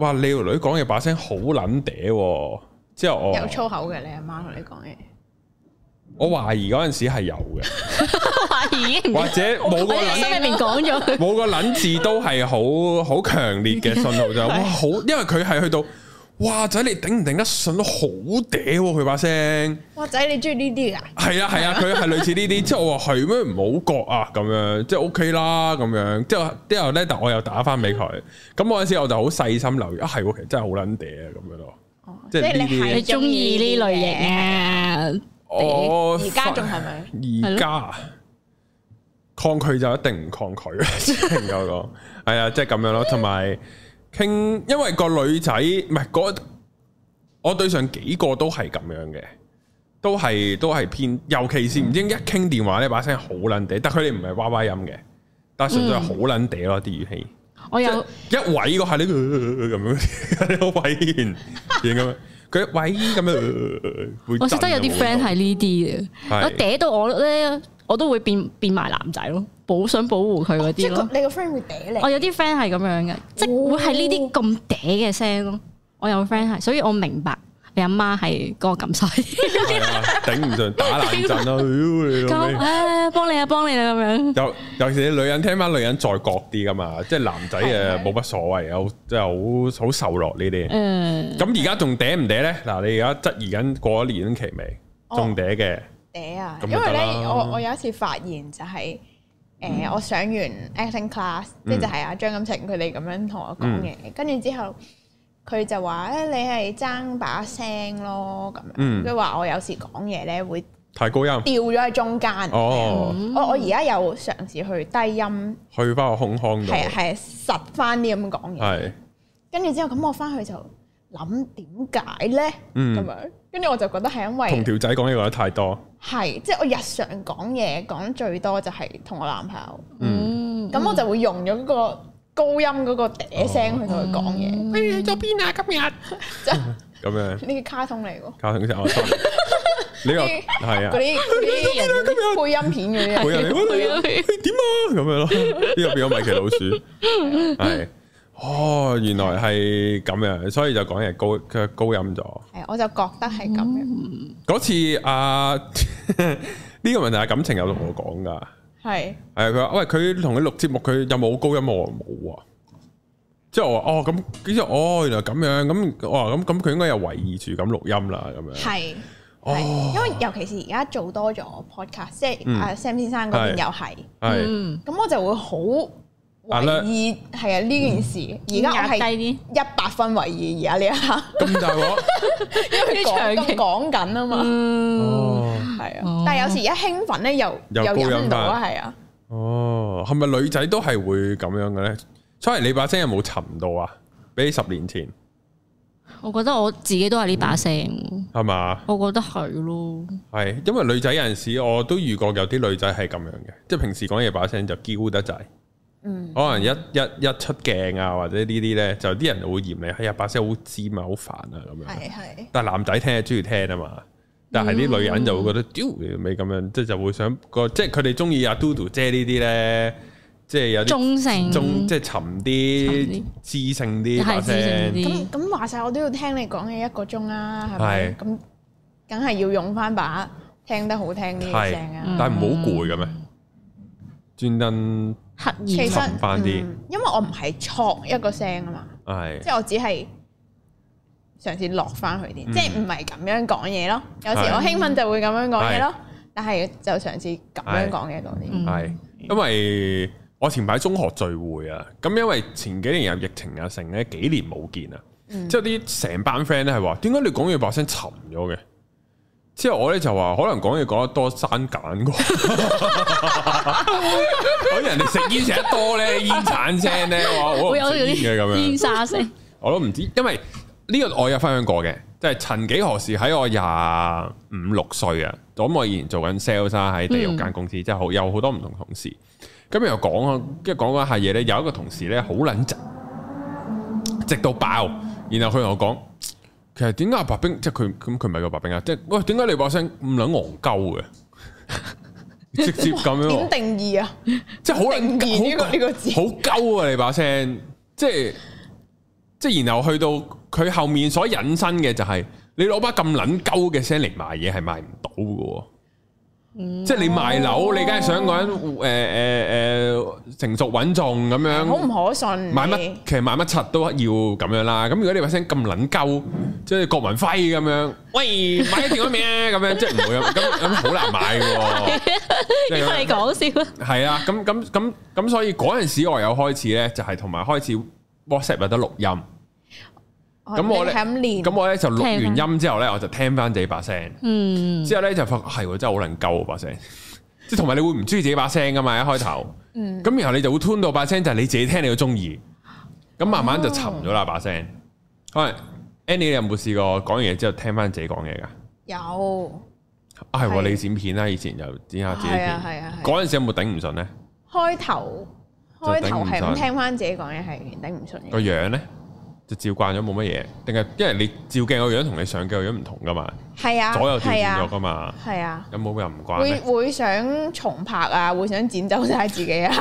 A: 哇！你條女講嘢把聲好撚嗲喎，之後我
C: 有粗口嘅，你阿媽同你講嘢，
A: 我懷疑嗰陣時係有 嘅，
B: 懷疑已經唔
A: 或者冇個
B: 我喺
A: 撚
B: 心裏面講咗佢。
A: 冇個撚字都係好好強烈嘅信 號就係哇好，因為佢係去到哇仔你頂唔頂得順都好嗲喎佢把聲，
C: 哇仔你中意呢啲㗎？
A: 係啊係啊，佢係類似呢啲，之後我話係咩唔好覺啊咁樣，即係 OK 啦咁樣，之後之後咧但我又打翻俾佢，咁嗰陣時我就好細心留意啊係喎，其實真係好撚嗲啊咁樣咯，
C: 哦
A: 即係呢啲
C: 係
B: 你中意呢類型
C: 嘅
B: 啊？
A: 我
C: 而家仲係咪？
A: 而家啊抗拒就一定唔抗拒， 即係有講係啊，即係咁樣咯。同埋傾，因為個女仔唔係嗰我對上幾個都係咁樣嘅，都係都係偏，尤其是
B: 嗯
A: 唔知一傾電話呢把聲好撚嗲，但佢哋唔係娃娃音嘅，但係純粹係好撚嗲咯啲語氣。
B: 我嗯有
A: 一位個係呢個咁樣， 有位然咁樣，佢一位咁樣，會
B: 我識得
A: 震
B: 有
A: 嘅
B: 啲 friend 係呢啲嘅，
A: 係
B: 我嗲到我咧，我都會變變埋男仔咯，保想保護佢嗰
C: 即
B: 啲
C: 係個
B: 咯。
C: 你個 friend 會嗲你
B: 我。有啲 friend 係咁樣嘅，即係會係呢啲咁嗲嘅聲咯。我有 friend 係，所以我明白你阿媽係嗰個感受。
A: 係啊，頂唔順打冷 震啊咯，屌你老
B: 咁
A: 味！
B: 誒，幫你啊，幫你啦咁樣。
A: 尤尤其是女人聽翻女人再覺啲噶嘛，即係男仔誒
C: 係
A: 冇乜所謂，有即係好好受落呢啲。
B: 誒，
A: 咁而家仲嗲唔嗲咧？嗱，你而家質疑緊過咗年期未？
C: 哦
A: 仲嗲嘅，
C: 嗲啊！
A: 咁
C: 因
A: 就得
C: 為咧
A: 啦，
C: 我我有一次發現就係、誒、我上完 acting class，即
A: 嗯
C: 係就係阿張錦晴佢哋咁樣同我講嘢，跟住之後佢就話誒你係爭把聲咯咁
A: 嗯
C: 樣，佢話、我有時講嘢咧會
A: 太高音
C: 掉咗喺中間。
A: 哦，
C: 我我而家有嘗試去低音，
A: 去翻個胸腔度，
C: 係啊係實翻啲咁講嘢。
A: 哦係
C: 跟住之後咁我翻去就諗點解咧
A: 嗯
C: 咁啊樣，跟住我就覺得係因為
A: 同條仔講嘢講得太多，
C: 係，即係我日常講嘢講最多就係同我男朋友，
A: Ừ.
B: 嗯，
C: 咁、我就會用咗嗰個高音嗰個嗲聲去同佢講嘢。
B: Ừ.
C: 譬如咗邊啊？今日即係
A: 咁樣
C: 呢啲卡通嚟喎，
A: 搞成隻我心。 呢哦個係啊
C: 嗰，啲嗰啲配音片嗰啲
A: 每
C: 啊。
A: 人嚟
B: 係
A: 喂
B: 啊 係啊
A: 點啊咁樣咯，呢個變咗米奇老鼠，係哦，原來係咁樣，所以就講嘢高佢高音咗。
C: 係，我就覺得係咁樣，
A: 嗰次啊，呢個問題阿感情有同我講噶，
C: 係
A: 係佢話喂佢同佢錄節目，佢有冇高音？我話冇啊。之後我話哦咁，跟住哦原來咁樣咁，我話咁咁佢應該有維意住咁錄音啦咁樣。
C: 係
A: 哦
C: 係，因為尤其是而家做多咗 podcast，即係
A: 嗯
C: 阿 Sam 先生嗰
A: 係
C: 邊又係，
A: 係
B: 嗯，
C: 咁我就會好懷疑係啊呢件事。
A: 嗯
C: 而家我
B: 壓
C: 係
B: 低啲。
C: 一百分懷疑而家呢一刻。
A: 咁大鑊
C: 因為
B: 長
C: 講
B: 期
C: 咁講緊啊嘛，
A: Ừ.
B: 嗯，
A: 哦
C: 係
B: 哦
C: 啊。但係有時一興奮咧，又
A: 又高
C: 忍
A: 音
C: 唔到
A: 返
C: 啊，係啊。
A: 哦，係咪女仔都係會咁樣嘅咧？所以你把聲有冇沉到啊？比起十年前
B: 我覺得我自己都係呢把聲，
A: 係嘛？
B: 我覺得係咯，
A: 係，因為女仔有陣時我都遇過有啲女仔係咁樣嘅，即係平時講嘢把聲就嬌得滯，
C: 嗯，
A: 可能一一一出鏡啊或者呢啲咧，就啲人會嫌你哎呀把聲好尖啊，好煩啊咁樣。
C: 係係
A: 但係男仔聽係中意聽啊嘛，但係啲女人就會覺得屌你咪咁樣，即係就會想個即係佢哋中意阿嘟嘟姐呢啲咧，即係有啲
B: 中性，
A: 中即係沉啲
B: 嗯啲、
A: 知性啲把
B: 係知性
A: 聲
B: 啲。
C: 咁咁話晒我都要聽你講嘢一個鐘啦，係
A: 嗯係
C: 咪？咁梗係要用翻把聽得好聽啲嘅聲啊。
A: 但係唔好攰嘅咩？
B: 嗯
A: 專登
B: 刻意
C: 其實
A: 沉返啲
C: 嗯因為我唔係錯一個聲啊嘛，
A: 係
C: 即係我只係嘗試落翻去
A: 嗯
C: 啲，即係唔係咁樣講嘢咯。有時
A: 係
C: 我興奮就會咁樣講嘢咯，但係就嘗試咁樣講嘢多啲。
B: 嗯
A: 係，因為我前排中學聚會啊，咁因為前幾年有疫情啊，成咧幾年冇見啊，
C: 嗯
A: 之後啲成班 friend 咧係話，點解你講嘢把聲沉咗嘅？之後我咧就話，可能講嘢講得多生揀 過，好似人哋食煙食得多咧，煙產聲咧，話我
B: 會
A: 唔食
B: 有嗰
A: 煙嘅咁
B: 啲
A: 樣
B: 煙。沙聲，
A: 我都唔知，因為呢個我有分享過嘅，就係、曾幾何時喺我廿五六歲啊，咁我以前做緊 sales 啦，喺地獄間公司，即係好有好多唔同同事，咁又講啊，跟住講嗰下嘢咧，有一個同事咧好撚直，直到爆，然後佢同我講，其實點解阿白冰，即係佢咁佢唔係個白冰啊，即係喂點解你把聲咁撚戇鳩嘅？ 直接咁樣喎
C: 點，定義啊？
A: 即係好撚
C: 定義呢個
A: 好
C: 呢個字
A: 好鳩啊！你把聲，即係即係，然後去到佢後面所引申嘅就係、你攞把咁撚鳩嘅聲嚟賣嘢係賣唔到嘅喎。
C: 嗯
A: 即係你賣樓，你梗係想講誒誒誒成熟穩重咁樣，
C: 好唔可信。
A: 買乜
C: 你
A: 其實買乜柒都要咁樣啦。咁如果你把聲咁撚鳩，即係郭文輝咁 樣，喂買咗電話未啊？咁樣即係唔會咁咁咁好難買嘅喎。 即係咁樣
B: 你講笑啊！
A: 係啊，咁咁咁咁，所以嗰陣時我有開始咧，就係同埋開始 WhatsApp 有得錄音，咁我
C: 哦你
A: 咧
C: 係咁練，
A: 咁我咧就錄
B: 聽
A: 完
B: 返
A: 音之後咧，我就聽翻自己把聲，
B: 嗯，
A: 之後咧就發覺係喎，真係好能鳩啊把聲，即係同埋你會唔中意自己把聲啊噶嘛，一開頭，
C: 嗯
A: 咁然後你就會 tune 到把聲就係你自己聽你都中意，咁慢慢就沉咗啦把聲。可能 Annie 你有冇試過講完嘢之後聽翻自己講嘢㗎？
C: 有
A: 啊係喎，
C: 係
A: 你剪片啦，以前就剪下自己
C: 係
A: 片
C: 啊，係啊係啊
A: 嗰陣時有冇頂唔順咧？
C: 開頭
A: 就頂唔順
C: 開頭係咁聽翻自己講嘢係頂唔順
A: 個
C: 嘅，
A: 樣咧就照慣咗冇乜嘢，定係因為你照鏡個樣同你上鏡個樣唔同噶嘛，
C: 係啊，
A: 左右調轉
C: 係
A: 咗
C: 啊，
A: 噶嘛，
C: 係啊。
A: 有冇又唔慣
C: 會
A: 咧？
C: 會想重拍啊，會想剪走晒自己啊！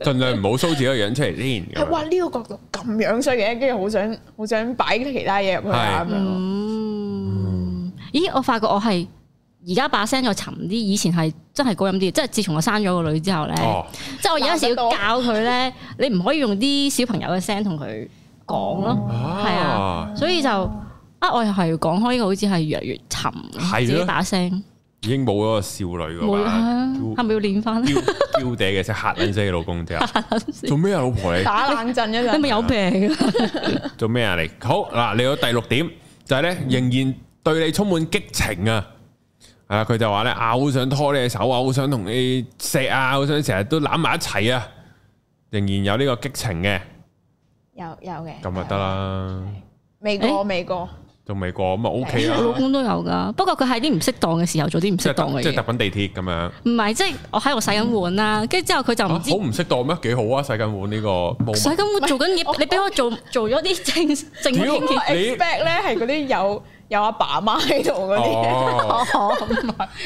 A: 盡量唔好 show 自己個樣出嚟先咁
C: 係哇，
A: 樣。
C: 呢、個角度咁樣衰嘅，跟住好想好想擺其他嘢入去啊
A: 係
C: 咁樣咯。
B: 嗯，咦，我發覺我係而家把聲又沉啲，以前係真係高音啲，即係自從我生咗個女之後咧，
A: 哦，
B: 即係我有陣時要教佢咧，你唔可以用啲小朋友嘅聲同佢講咯，係
A: 啊
B: 啊，，所以就啊，我又係講開呢個好似係越嚟越沉，
A: 係
B: 自己
A: 咯
B: 把聲
A: 已經冇嗰個少女
B: 冇
A: 嗰
B: 啦，係
A: 把
B: 咪要練翻咧？
A: 嬌嬌嗲嘅聲嚇撚死你老公 啫。做咩啊，老婆你？
C: 打冷震一
B: 你咪
C: 陣，
B: 有病啊！
A: 做咩啊你？好嗱，嚟到第六點就係咧，仍然對你充滿激情啊！係啊，佢就話咧啊，好想拖你嘅手啊，好想同你錫啊，好想成日都攬埋一齊啊，仍然有呢個激情嘅，
C: 有有嘅，
A: 咁咪得。啦，
C: 未過未過，
A: 仲未過咁啊 OK
B: 我老
A: 啊，
B: 公都有噶，不過佢喺啲唔適當嘅時候做啲唔
A: 即
B: 適當
A: 係
B: 嘅
A: 即係
B: 嘢
A: 搭，緊地鐵咁樣，啊
B: 唔係即係我喺度洗緊碗啦，跟住之後佢就
A: 好
B: 唔知
A: 唔適當咩？幾好啊，洗緊碗呢個
B: 洗
A: moment，
B: 緊碗做緊
C: 唔係我
B: 嘢，你俾我做做咗啲正正經
A: 屌
B: 嘅
C: 我
A: 你
C: expect 咧係嗰啲有有阿爸媽喺度嗰啲，
A: 哦，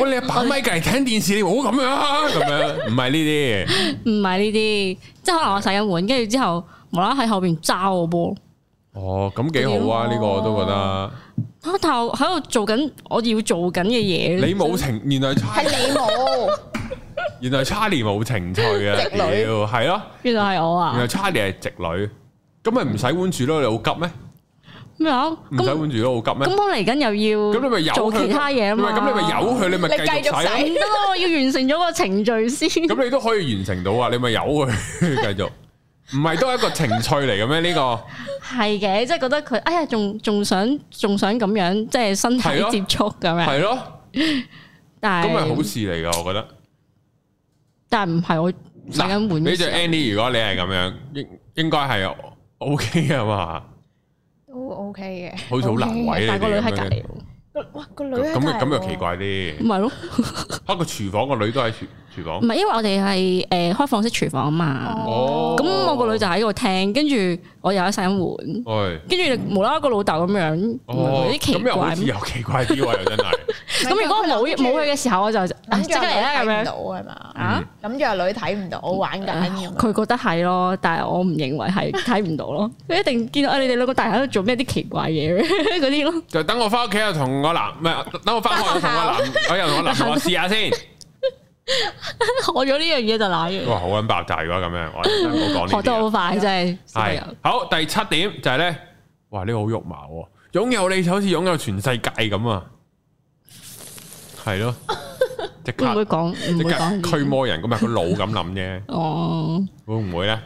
A: 喂你阿爸咪隔離睇電視，你唔好咁樣啊，咁樣唔係呢啲。
B: 唔係呢啲，即係可能我洗緊碗，跟住之後無啦啦喺後邊揸我波。
A: 哦，咁幾好啊！呢個我都覺得。
B: 啊！但係我喺度做緊我要做緊嘅嘢，
A: 你冇情，原來
C: 係
A: Charlie-
C: 你冇，
A: 原來 Charlie 冇情趣 啊！
C: 直女
A: 屌，係咯，
B: 原來係我
A: 原
B: 啊
A: 來 Charlie 係直女，咁咪唔使碗住咯？你好急咩？
B: 咩啊？
A: 唔使
B: 咁
A: 碗住咯，好急
B: 咁
A: 咩？
B: 我嚟緊又要
A: 咁你咪由
B: 做
A: 佢
B: 其他嘢啊
A: 唔係
B: 嘛？
A: 咁你咪由佢，你咪
C: 你
A: 繼
C: 繼續
A: 續
C: 洗
A: 洗
B: 唔得啊！我要完成咗個程序先。
A: 咯。咁你都可以完成到啊！你咪由佢 繼續，唔係都係一個情趣嚟嘅咩？呢個
B: 係嘅，即係覺得佢哎呀，仲仲想仲想咁樣，即係身體
A: 係咯
B: 接觸咁樣。
A: 係咯，
B: 但
A: 咁
B: 係
A: 咪好事嚟噶，我覺得。
B: 但係唔係我洗緊碗
A: 你就
B: 嘅時候。
A: Andy，如果你係咁樣，應應該係 OK 啊嘛。
C: 都 OK 嘅。
A: 好似好難位
B: 但
A: 你
B: 係個女
A: 哋
B: 喺
A: 咁
B: 隔
A: 樣
B: 離，
C: 個哇個女
A: 咁
C: 喺
A: 咁
C: 隔
A: 咁
C: 離
A: 又
C: 喎
A: 奇。怪啲
B: 唔。係咯，
A: 嚇個廚房個女都喺廚廚房
B: 唔。係因為我哋係誒開放式廚房啊嘛，
A: 哦
B: 咁我個女就喺個廳，跟住我又喺洗碗，
A: 喂，
B: 跟住無啦啦個老豆咁樣，
A: 哦，
B: 有啲奇
A: 咁又好
B: 怪。
A: 似又奇怪啲喎，又真 係。
B: 咁如果我冇冇佢嘅時候，我就啊
C: 諗
B: 即
C: 住
B: 刻
C: 個
B: 嚟啦咁
C: 女睇唔
B: 樣。
C: 到係嘛？
B: 啊，
C: 諗住個女睇唔到玩緊咁樣。
B: 佢覺得係咯，但係我唔認為係睇唔到咯。 佢一定見到啊，你哋兩個大家都做咩啲奇怪嘢嗰啲咯。
A: 就等我翻屋企又同我男，唔係等我翻學又同我 男，我又同我男同學試下先。
B: 學咗呢樣嘢就賴嘢，
A: 哇，好撚爆炸如果咁樣，我哋真係唔好講呢啲
B: 學
A: 啊。
B: 得好啊快真係小朋
A: 系
B: 友。
A: 好，第七點就係咧，哇呢個好肉麻喎，擁有你就好似擁有全世界咁啊，係咯，即
B: 會唔會
A: 刻
B: 講？唔
A: 啊即
B: 會
A: 刻
B: 講呢啲
A: 驅魔人咁啊個腦咁諗啫，
B: 哦，
A: 會唔會咧？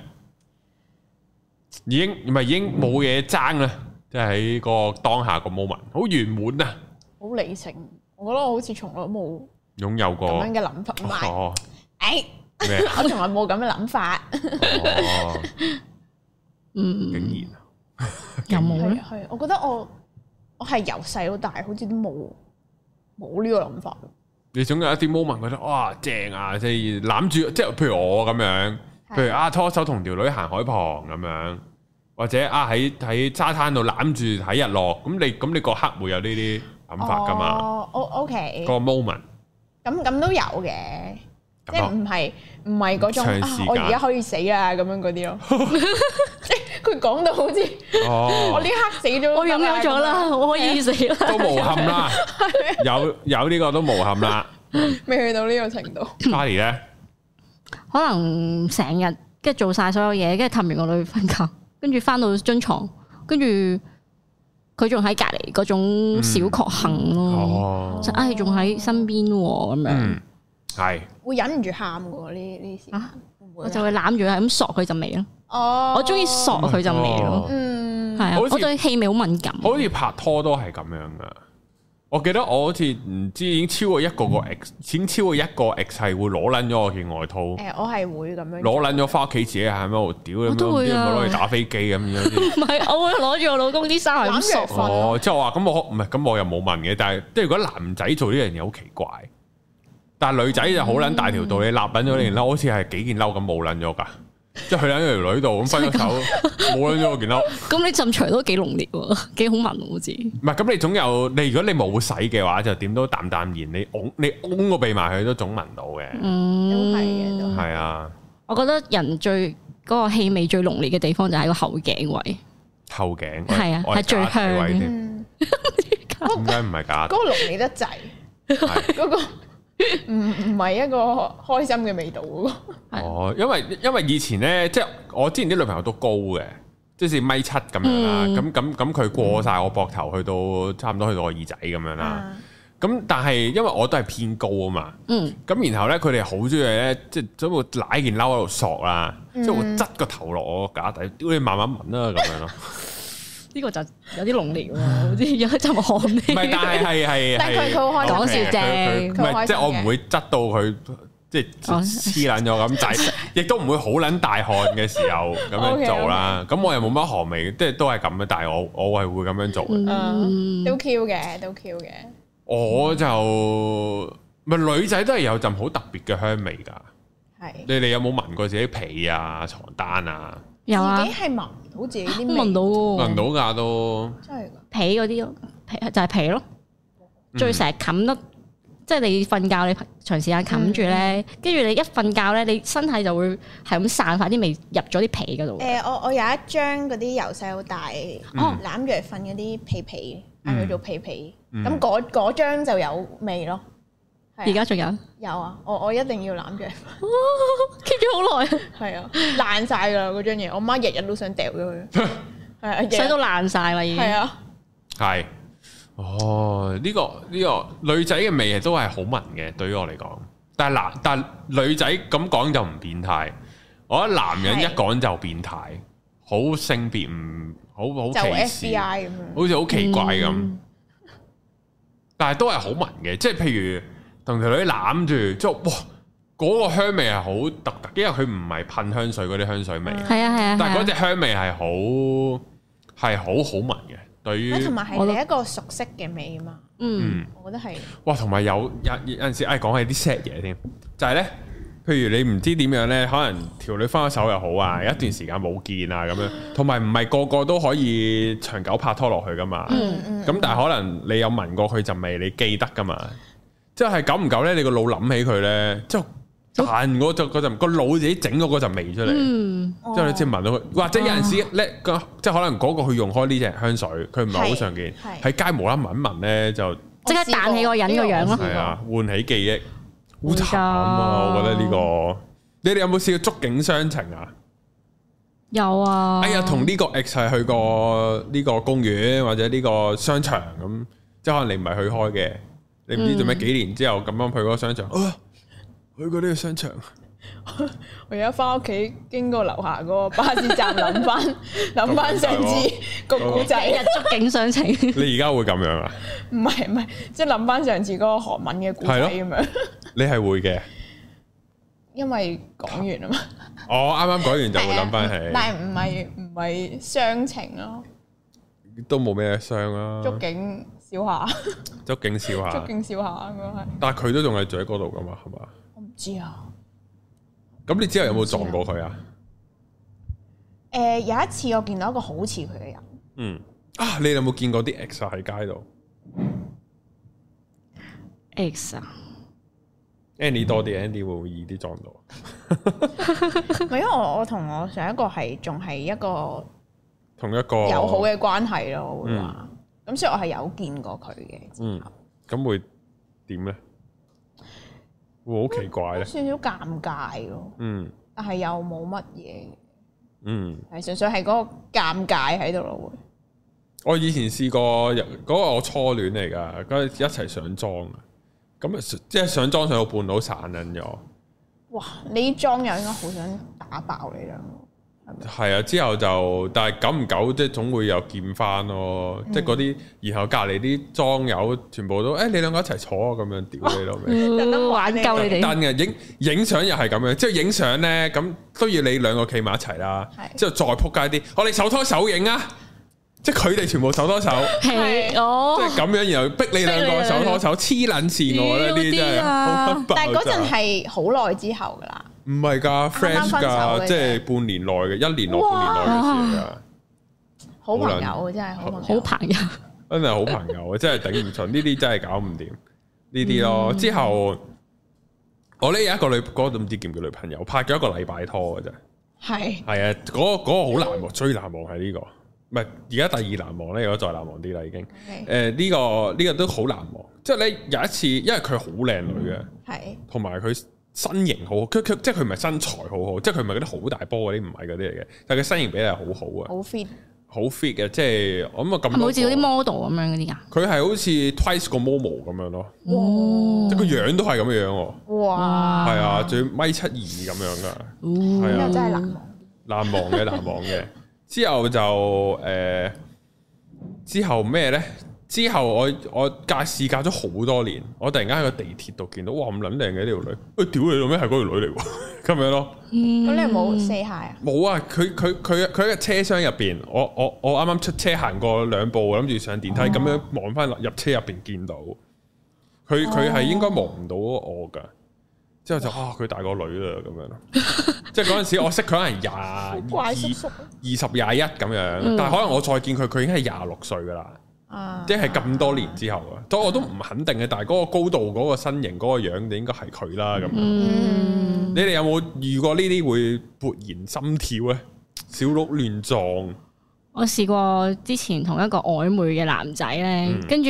A: 已經唔係已經冇嘢爭啦，即係喺個當下個 moment 好圓滿啊，
C: 好理性，我覺得我好似從來冇
A: 擁有
C: 咁
A: 過
C: 樣嘅諗法，唔係，
A: 哦
C: 誒，
A: 咩啊？
C: 我從來冇咁嘅 諗法，
A: 哦，
B: 嗯，
A: 竟然啊
B: 有冇
C: 係
B: 咧？
C: 係，我覺得我我係由細到大好似都冇冇呢個諗法，
A: 你總有一啲 moment 覺得哇正啊，即係攬住，即係譬如我咁樣，
C: 係
A: 譬如啊拖手同條女行海旁咁樣，或者啊喺喺沙灘度攬住睇日落，咁你咁你個刻會有呢啲諗法噶嘛？
C: 哦，我 OK，
A: 個 moment
C: 咁咁都有嘅，即
A: 咁
C: 係
A: 咯，
C: 唔係唔係嗰種
A: 長
C: 啊
A: 時間
C: 我而家可以死啊咁樣嗰啲咯， 即係佢講到好似我
A: 哦
C: 呢，刻死咗，
B: 我擁有咗啦，啊我可
C: 啊
B: 以死啦。
A: 都無憾啦，有有呢個都無憾啦。
C: 咁樣，未去到呢個程度，
B: 嗯
A: Charlie 咧，
B: 可能成日跟住做晒所有嘢，跟住氹完個女瞓覺，跟住翻到張床，跟住佢仲喺隔離嗰種小確幸咯，
A: 哦，
B: 就唉仲喺身邊喎咁樣，
A: 嗯，係
C: 會忍唔住喊嘅喎呢呢啲時間
B: 啊，
C: 會唔會
B: 我
C: 啊
B: 就會攬住佢咁索佢陣味咯，
C: 哦，
B: 我中意索佢陣味咯，
C: 嗯，
B: 係啊，
A: 哦好似
B: 我對氣味好敏感，
A: 好似拍拖都係咁樣噶。我記得我好似唔知已經超過一個個
B: 嗯
A: X，已經超過一個 X 係會攞撚咗我件外套，攞
C: 誒我係會咁樣做
A: 撚咗翻屋企自己喺度屌咁樣，
B: 我
A: 唔知
B: 都會
A: 有
B: 啊
A: 冇攞嚟打飛機咁 樣。
B: 唔係我會攞住我老公啲衫
C: 攬
B: 嚟咁索
C: 住
B: 佢，
C: 瞓咯
A: 哦，即係我話咁我唔係咁我又冇問嘅，但係即係如果男仔做呢樣嘢好奇怪，但係女仔就好撚大條道
B: 嗯
A: 理，立撚咗呢件褸，好似係幾件褸咁冇撚咗㗎，即係去撚咗條女度咁分咗手，冇 撚咗我件褸。
B: 咁你陣除都幾濃烈喎， 幾好聞喎好似，
A: 唔係，咁你總有你如果你冇洗嘅話，就點都淡淡然，你拱你拱個鼻埋去都總聞到嘅，
C: 都
B: 嗯，
C: 係嘅都係。
A: 係啊，
B: 我覺得人最嗰個氣味最濃烈嘅地方就喺個後頸位。
A: 後頸
B: 係啊
A: 我
B: 係最
A: 假體位
B: 香嘅哦
A: 添
C: 嗯，
A: 點解唔係假
C: 嗰個濃你得滯，
A: 係
C: 嗰個唔唔係一個開心嘅味道嗰個。
B: 係啊
A: 哦，因為因為以前咧，即係我之前啲女朋友都高嘅，即係米七咁樣啦，
B: 嗯
A: 咁咁咁佢過晒我膊頭，去到差唔多去到我耳仔咁樣啦，咁但係因為我都係偏高啊嘛。
B: 嗯，
A: 咁然後咧，佢哋好中意咧，即係將部攋件褸喺度索啦，
B: 嗯
A: 即係會側個頭落我架底，屌你慢慢聞啦咁樣咯。
B: 呢個就有啲濃烈喎，好似 有一陣汗
A: 唔係，但係
B: 味。
A: 係係
C: 但係佢
A: 係
C: 佢好開心
B: 講笑啫
A: 佢佢唔
C: 佢好
A: 係
C: 開心嘅
A: 即係我唔會執到佢即係
B: 哦
A: 黐撚咗咁滯， 亦都唔會好撚大汗嘅時候咁樣做啦。咁我又冇乜汗味，即係都係咁嘅。但係我我係會咁樣做嘅。
C: 嗯
B: 嗯，
C: 都 Q 嘅，都 Q 嘅。
A: 我就咪女仔都係有陣好特別嘅香味㗎。
C: 係
A: 你哋有冇聞過自己被啊、床單啊？
B: 有啊
C: 自，己係聞唔到自己啲 味，
B: 聞到
C: 哦
B: 喎，
A: 聞到㗎都。
C: 真係㗎。
B: 被嗰啲咯，被就係被咯，
A: 嗯
B: 最成日冚得，即係你瞓覺你長時間冚住咧，跟住你一瞓覺咧，你身體就會係咁散發啲味入咗啲被嗰度。
C: 誒，我我有一張嗰啲由細到大
B: 哦
A: 嗯
C: 攬住嚟瞓嗰啲被被，嗌佢做被被。
A: 嗯
C: 咁嗰嗰張就有味咯。係啊
B: 而家仲有，
C: 有啊，我我一定要攬住嚟瞓。
B: 啊 keep 咗好耐，
C: 係啊，爛晒㗎啦嗰張嘢，我媽日日都想掉咗佢。係啊，日日
B: 洗到爛晒啦已經
C: 係。啊，
A: 係，哦，呢、個呢、個女仔嘅味都係好聞嘅，對於我嚟講。但係男但係女仔咁講就唔變態，我覺得男人一
C: 係
A: 講就變態，好性別唔好好
C: 就
A: 歧視，
C: FBI 咁樣。
A: 好似好奇怪咁。
B: 嗯
A: 但係都係好聞嘅，即係譬如同條女攬住，之後哇嗰、個香味係好獨特，因為佢唔係噴香水嗰啲香水味，
C: 嗯
B: 係啊係啊。
A: 但係
B: 係啊
A: 嗰隻香味係好係好好聞嘅，對於
C: 同埋係
B: 我都
C: 你一個熟悉嘅味嘛，
B: 嗯，
A: 嗯，
C: 我覺得係
A: 哇，同埋有有有陣時，唉，哎講起啲 sad 嘢添，就係咧，譬如你唔知點樣咧，可能條女分咗手又好啊，有一段時間冇見啊咁樣，同埋唔係個個都可以長久拍拖落去噶嘛。
B: 嗯
C: 嗯
A: 咁但係可能你有聞過佢陣味，你記得噶嘛？即係久唔久咧，你個腦諗起佢咧，之後彈嗰陣嗰陣個腦自己整咗嗰陣味出嚟。
B: 嗯，
A: 之後你即係聞到佢，或者有陣時咧，個即係可能嗰個佢用開呢隻香水，佢唔係好常見，
C: 係
A: 喺街無啦啦聞一聞咧就
B: 即刻彈起個人個樣咯
A: 係啊，喚起記憶，好
B: 會㗎
A: 慘啊！我覺得呢個，你哋有冇試過觸景傷情啊？
B: 有啊。
A: 哎呀，同呢個 ex 係去過呢個公園或者呢個商場咁，即係可能你唔係去開嘅，你唔知做咩幾年之後咁啱去嗰個商場，啊，去過呢個商場，
C: 我而家翻屋企經過樓下嗰個巴士站，諗翻諗翻上次個古
B: 日
C: 仔，
B: 觸景傷情，
A: 你而家會咁樣啊？
C: 唔係唔係，即係諗翻上次嗰個韓文嘅古仔咁樣，
A: 你係會嘅，
C: 因為講完啊嘛，
A: 我哦啱啱講完就會諗翻
C: 係啊
A: 起，
C: 但係唔係唔係傷情咯，
A: 都冇咩傷啦，
C: 觸景笑下，
A: 觸景笑下
C: 觸。景笑下咁樣係，
A: 但係佢都仲係住喺嗰度噶嘛，係嘛？
C: 我唔知啊。
A: 咁你之後有冇撞過佢啊？
C: 誒、有一次我見到一個好似佢嘅人，
A: 嗯，啊，你有冇見過啲 ex 啊喺街度
B: ex 啊，
A: ？Andy 多啲，Andy 會唔會易啲撞到？
C: 唔係因為我我同我上一個係仲係一
A: 哦
C: 個
A: 同一個
C: 友好嘅關係咯，我會話。咁、所以我係有見過佢嘅，之後
A: 嗯咁會點咧？會好奇怪
C: 有
A: 咧？
C: 少少尷尬咯，
A: 嗯
C: 但係又冇乜嘢，
A: 嗯，
C: 係純粹係嗰個尷尬喺度咯，
A: 我以前試過有嗰、個我初戀嚟㗎，嗰陣一齊上莊啊，咁啊即係上莊上到半路散撚咗，
C: 會。哇！你裝友應該好想打爆你兩個，
A: 係啊，之後就但係久唔久即係總會又見翻咯，
C: 嗯
A: 即係嗰啲，然後隔離啲莊友全部都誒、你兩個一齊坐啊咁樣屌你老味。
C: 特登
B: 玩
C: 玩你
B: 夠你
A: 特
B: 哋，
A: 登嘅影影相又係咁樣，即係影相咧，咁都要你兩個企埋一齊啦，
C: 係
A: 之後再撲街啲，我哋手拖手影啊，即係佢哋全部手拖手，
B: 係
C: 係
A: 即
B: 哦
A: 係，咁樣，然後逼你兩個手拖手，黐撚線我覺得呢啲真係好
B: 屌啲啊
A: 撚爆炸
C: 但係嗰陣係好耐之後㗎啦，
A: 唔係㗎
C: 啱啱
A: friends
C: 分手
A: 㗎，
C: 嘅
A: 即係半年內嘅，一年內半年內嘅事嚟㗎，
C: 好朋
A: 好撚
C: 友真係好朋友，
B: 好朋友，
A: 真係好朋友啊，真係頂唔順，呢啲真係搞唔掂，呢啲咯，之後。我呢有一個女，嗰個都唔知叫唔叫女朋友，拍咗一個禮拜拖嘅啫。係
C: 係
A: 啊，嗰、嗰個好難忘，最難忘係呢、個，唔係而家第二難忘咧，如果再難忘啲啦已經。誒、
C: 係
B: 嗯
A: 呢、個呢、個都好難忘，即係咧有一次，因為佢好靚女嘅，
C: 係
A: 同埋佢身形好好，佢佢即係佢唔係身材好好，即係佢唔係嗰啲好大波嗰啲，唔係嗰啲嚟嘅，但係佢身形比例好好啊，
C: 好 fit，
A: 好 fit 嘅，即係我諗啊咁
B: 嗯係咪好
A: 多
B: 似嗰啲
A: 個。
B: model 咁樣嗰啲噶？
A: 佢係好似 twice 個 Momo 咁樣咯，
B: 哦
A: 即係個樣都係咁樣樣喎，
C: 哇！
A: 係啊，仲要米七二咁樣噶。係
B: 係
C: 呢
A: 啊
C: 個真係難忘，
A: 難忘嘅，難忘 嘅。之後就誒、呃之後咩呢？之後我我隔試隔咗好多年，我突然間喺個地鐵度見到，哇咁撚靚嘅呢條女，喂、屌你老咩係嗰條女嚟喎， 咁樣咯。
B: 咁
C: 咁你有冇 say hi 啊？
A: 冇啊，佢佢佢佢喺個車廂入邊，我我我啱啱出車行過兩步，諗住上電梯，
C: 啊
A: 咁、樣望翻入車入邊見到，佢佢係應該望唔到我㗎。之後就啊，佢大個女啦咁樣咯，即係嗰陣時我識佢可能廿
C: 怪
A: 二
C: 叔叔
A: 二十廿一咁樣，
C: 嗯
A: 但係可能我再見佢，佢已經係廿六歲噶啦，
C: 啊！
A: 即係咁多年之後啊，所以我都唔肯定嘅。但係嗰個高度、嗰個身形、嗰個樣，就應該係佢啦咁樣。
C: 嗯
A: 你哋有冇遇過呢啲會勃然心跳咧？小鹿亂撞，
B: 我試過之前同一個曖昧嘅男仔咧
A: 嗯，
B: 跟住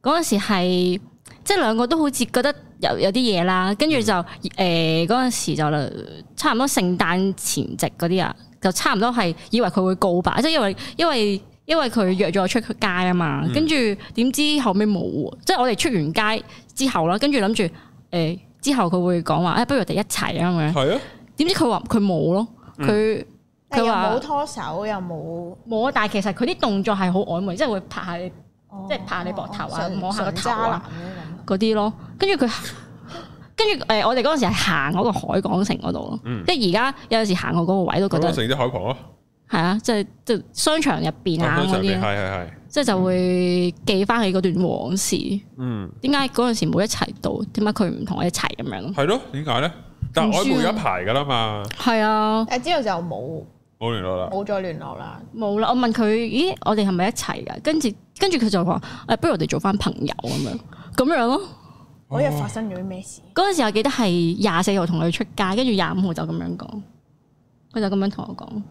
B: 嗰陣時係即係兩個都好似覺得有有啲嘢啦，跟
A: 嗯
B: 住就誒嗰陣時就呃差唔多聖誕前夕嗰啲啊，就差唔多係以為佢會告白，即係因為因為因為佢約咗我出街啊嘛，
A: 嗯
B: 跟住點知後尾冇喎，即係我哋出完街之後啦，跟住諗住誒之後佢會講話，誒、哎不如我哋一齊啊咁樣，
C: 嗯
A: 係啊，
B: 點知佢話佢冇咯，佢。
A: 嗯
C: 但又
B: 佢話
C: 冇拖手，又冇
B: 冇啊！但係其實佢啲動作係好曖昧，即係會拍下你即係拍你膊頭啊
C: 純
B: 摸下個頭啊
C: 純哦渣男
B: 嗰啲咯。跟住佢，跟住誒，我哋嗰陣時係行嗰個海港城嗰度咯。
A: 嗯
B: 即係而家有陣時行過嗰個位都覺
A: 咁
B: 得
A: 成啲海旁咯，
B: 係啊，即係即係商場入邊啊
A: 通
B: 嗰
A: 常你
B: 啲
A: 係
B: 呢，
A: 係係，
B: 即係就會記翻起嗰段往事。
A: 嗯，
B: 點解嗰陣時冇一齊到？點解佢唔同我一齊咁樣咯？
A: 係咯，點解咧？但係我冇一排噶啦嘛，
B: 係啊，
C: 但係之後就冇
A: 冇聯絡啦。
C: 冇再聯絡啦。
B: 冇啦。我問佢，咦，我哋係咪一齊噶？跟住跟住佢就話，誒、不如我哋做翻朋友咁樣，咁樣咯。
A: 哦
C: 嗰日發生咗啲咩事？
B: 嗰陣時我記得係廿四號同佢出街，跟住廿五號就咁樣講，佢就咁樣同我講，